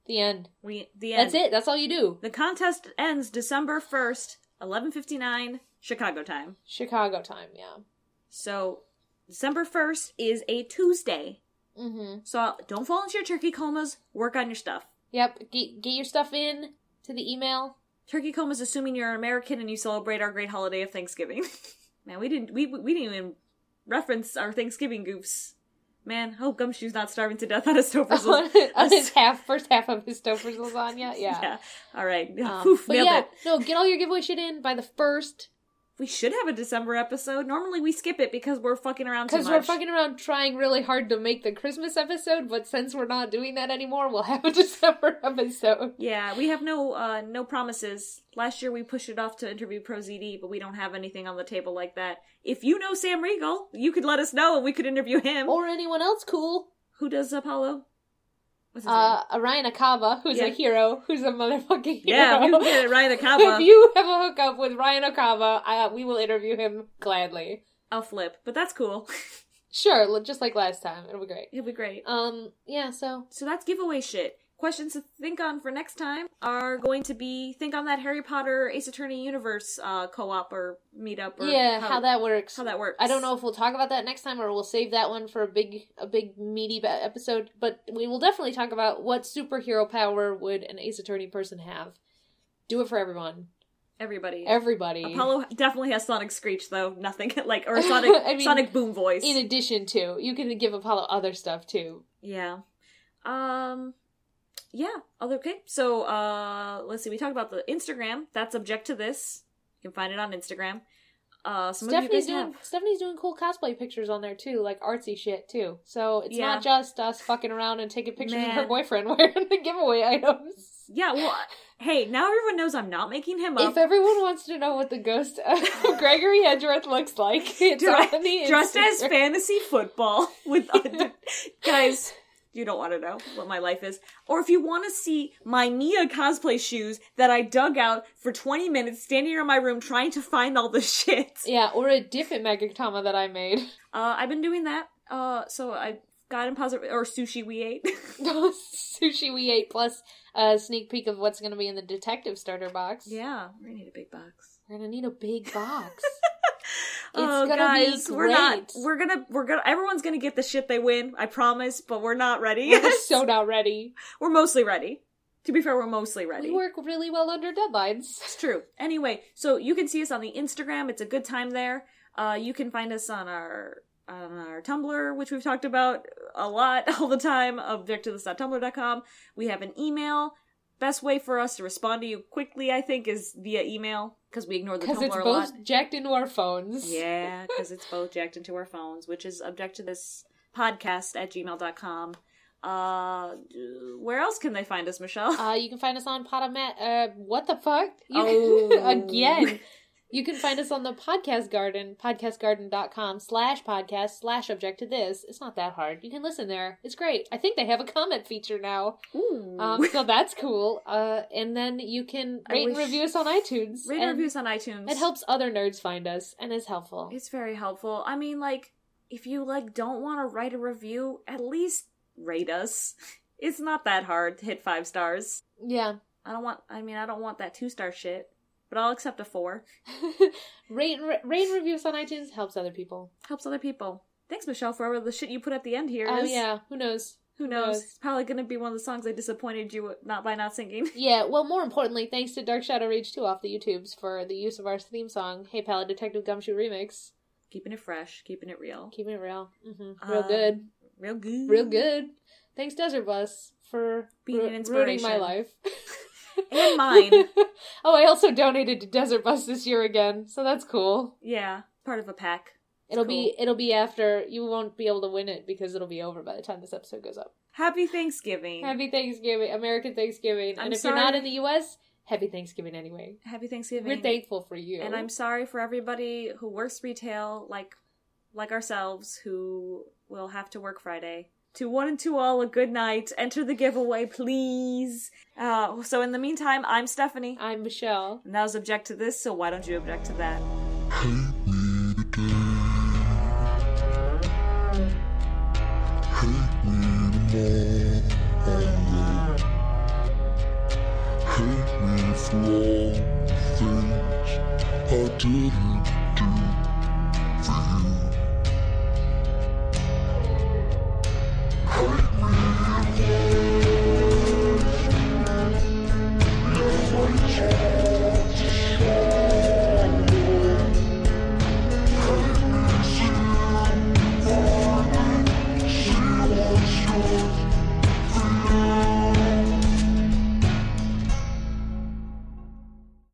Speaker 2: The end.
Speaker 1: We the end.
Speaker 2: That's it. That's all you do.
Speaker 1: The contest ends December first, eleven fifty nine, Chicago time.
Speaker 2: Chicago time, yeah.
Speaker 1: So December first is a Tuesday.
Speaker 2: Mhm.
Speaker 1: So don't fall into your turkey comas. Work on your stuff.
Speaker 2: Yep, get get your stuff in to the email.
Speaker 1: Turkey comas assuming you're an American and you celebrate our great holiday of Thanksgiving. Man, we didn't we we didn't even reference our Thanksgiving goofs. Man, hope Gumshoe's not starving to death on his Stouffer's.
Speaker 2: on, on his half first half of his Stouffer's lasagna. Yeah.
Speaker 1: yeah. All right.
Speaker 2: Um,
Speaker 1: Oof,
Speaker 2: but
Speaker 1: nailed
Speaker 2: yeah,
Speaker 1: it.
Speaker 2: no, get all your giveaway shit in by the first
Speaker 1: We should have a December episode. Normally we skip it because we're fucking around too much.
Speaker 2: because we're fucking around trying really hard to make the Christmas episode. But since we're not doing that anymore, we'll have a December episode.
Speaker 1: Yeah, we have no uh no promises. Last year we pushed it off to interview Pro ZD, but we don't have anything on the table like that. If you know Sam Regal, you could let us know and we could interview him.
Speaker 2: Or anyone else cool,
Speaker 1: Who does Apollo? What's his name?
Speaker 2: uh, Orion Akava, who's
Speaker 1: Yeah.
Speaker 2: a hero, who's a motherfucking hero.
Speaker 1: Yeah, you get it, Ryan Acaba.
Speaker 2: if you have a hookup with Ryan Akava, uh, we will interview him gladly.
Speaker 1: I'll flip, but that's cool.
Speaker 2: Sure, li- just like last time, it'll be great.
Speaker 1: It'll be great.
Speaker 2: Um, yeah, so
Speaker 1: So that's giveaway shit. Questions to think on for next time are going to be think on that Harry Potter Ace Attorney universe uh, co-op or meetup. Or
Speaker 2: yeah, how, that works.
Speaker 1: how that works.
Speaker 2: I don't know if we'll talk about that next time or we'll save that one for a big a big meaty ba- episode, but we will definitely talk about what superhero power would an ace attorney person have. Do it for everyone.
Speaker 1: Everybody.
Speaker 2: Everybody.
Speaker 1: Apollo definitely has Sonic Screech though. Nothing like or Sonic
Speaker 2: I mean,
Speaker 1: Sonic Boom voice.
Speaker 2: in addition to, you can give Apollo other stuff too.
Speaker 1: yeah. Um yeah, other okay. So uh let's see, we talked about the Instagram. That's object to this. You can find it on Instagram. Uh some of you
Speaker 2: Stephanie's
Speaker 1: guys
Speaker 2: doing
Speaker 1: have.
Speaker 2: Stephanie's doing cool cosplay pictures on there too, like artsy shit too. So it's
Speaker 1: Yeah.
Speaker 2: not just us fucking around and taking pictures of her
Speaker 1: Man.
Speaker 2: boyfriend wearing the giveaway items.
Speaker 1: Yeah, well hey, now everyone knows I'm not making him up.
Speaker 2: If everyone wants to know what the ghost of Gregory Hedgeworth looks like, it's
Speaker 1: Dre-
Speaker 2: on the
Speaker 1: dressed as
Speaker 2: Instagram.
Speaker 1: fantasy football with guys you don't want to know what my life is or if you want to see my mia cosplay shoes that i dug out for 20 minutes standing around my room trying to find all the shit
Speaker 2: Yeah, or a different Megatama that I made.
Speaker 1: uh, i've been doing that uh, so i got in positive or sushi we ate
Speaker 2: Sushi we ate plus a sneak peek of what's going to be in the detective starter box.
Speaker 1: yeah we need a big box
Speaker 2: We're going to need a big box. It's
Speaker 1: oh
Speaker 2: gonna
Speaker 1: guys,
Speaker 2: be
Speaker 1: we're not.
Speaker 2: great.
Speaker 1: We're gonna. We're gonna. Everyone's gonna get the shit they win. I promise. But we're not ready.
Speaker 2: We're so not ready.
Speaker 1: we're mostly ready. To be fair, we're mostly ready.
Speaker 2: We work really well under deadlines.
Speaker 1: It's true. Anyway, so you can see us on the Instagram. It's a good time there. Uh, you can find us on our on our Tumblr, which we've talked about a lot all the time, object to this.tumblr.com. We have an email. Best way for us to respond to you quickly, I think, is via email because we ignore the
Speaker 2: Because
Speaker 1: Tumblr
Speaker 2: it's
Speaker 1: a
Speaker 2: both
Speaker 1: lot.
Speaker 2: jacked into our phones.
Speaker 1: Yeah, because it's both jacked into our phones, which is object to this podcast at gmail.com. Uh, where else can they find us, Michelle?
Speaker 2: Uh, you can find us on Potomat. Uh, what the fuck? You
Speaker 1: Oh.
Speaker 2: again. You can find us on the Podcast Garden, podcastgarden.com slash podcast slash object to this. It's not that hard. You can listen there. It's great. I think they have a comment feature now.
Speaker 1: Ooh.
Speaker 2: Um, so that's cool. Uh, and then you can
Speaker 1: I
Speaker 2: rate and
Speaker 1: wish-
Speaker 2: review us on iTunes.
Speaker 1: Rate and
Speaker 2: and
Speaker 1: reviews on iTunes.
Speaker 2: It helps other nerds find us and is helpful.
Speaker 1: It's very helpful. I mean, like, if you like don't want to write a review, at least rate us. It's not that hard to hit five stars.
Speaker 2: Yeah.
Speaker 1: I don't want. I mean, I don't want that two star shit, but I'll accept a four.
Speaker 2: rate, and re- rate and review us on iTunes helps other people.
Speaker 1: Helps other people. Thanks, Michelle, for all the shit you put at the end here.
Speaker 2: Oh,
Speaker 1: This-
Speaker 2: yeah. Who knows?
Speaker 1: Who knows? It's probably gonna be one of the songs I disappointed you not by not singing.
Speaker 2: Yeah, well, more importantly, thanks to Dark Shadow Rage 2 off the YouTubes for the use of our theme song, Hey Pal, Detective Gumshoe Remix.
Speaker 1: keeping it fresh, keeping it real,
Speaker 2: Keeping it real. hmm Real
Speaker 1: Um,
Speaker 2: good.
Speaker 1: real good,
Speaker 2: Real good. Thanks, Desert Bus, for
Speaker 1: Being an
Speaker 2: ru- ruining my
Speaker 1: inspiration.
Speaker 2: life.
Speaker 1: and mine.
Speaker 2: oh, I also donated to Desert Bus this year again, so that's cool.
Speaker 1: Yeah, part of a pack.
Speaker 2: It'll be it'll be after you won't be able to win it because it'll be over by the time this episode goes up.
Speaker 1: Happy Thanksgiving. Happy,
Speaker 2: Happy Thanksgiving, American Thanksgiving,
Speaker 1: I'm
Speaker 2: and if
Speaker 1: sorry.
Speaker 2: you're not in the U.S., Happy Thanksgiving anyway.
Speaker 1: Thanksgiving.
Speaker 2: We're thankful for you.
Speaker 1: And I'm sorry for everybody who works retail, like like ourselves, who will have to work Friday. To one and to all, a good night. Enter the giveaway, please. Uh, so in the meantime, I'm Stephanie.
Speaker 2: I'm Michelle.
Speaker 1: And that was object to this, so why don't you object to that?
Speaker 3: Hate me today. Hate me tomorrow. Hate me for all the things I didn't do for you.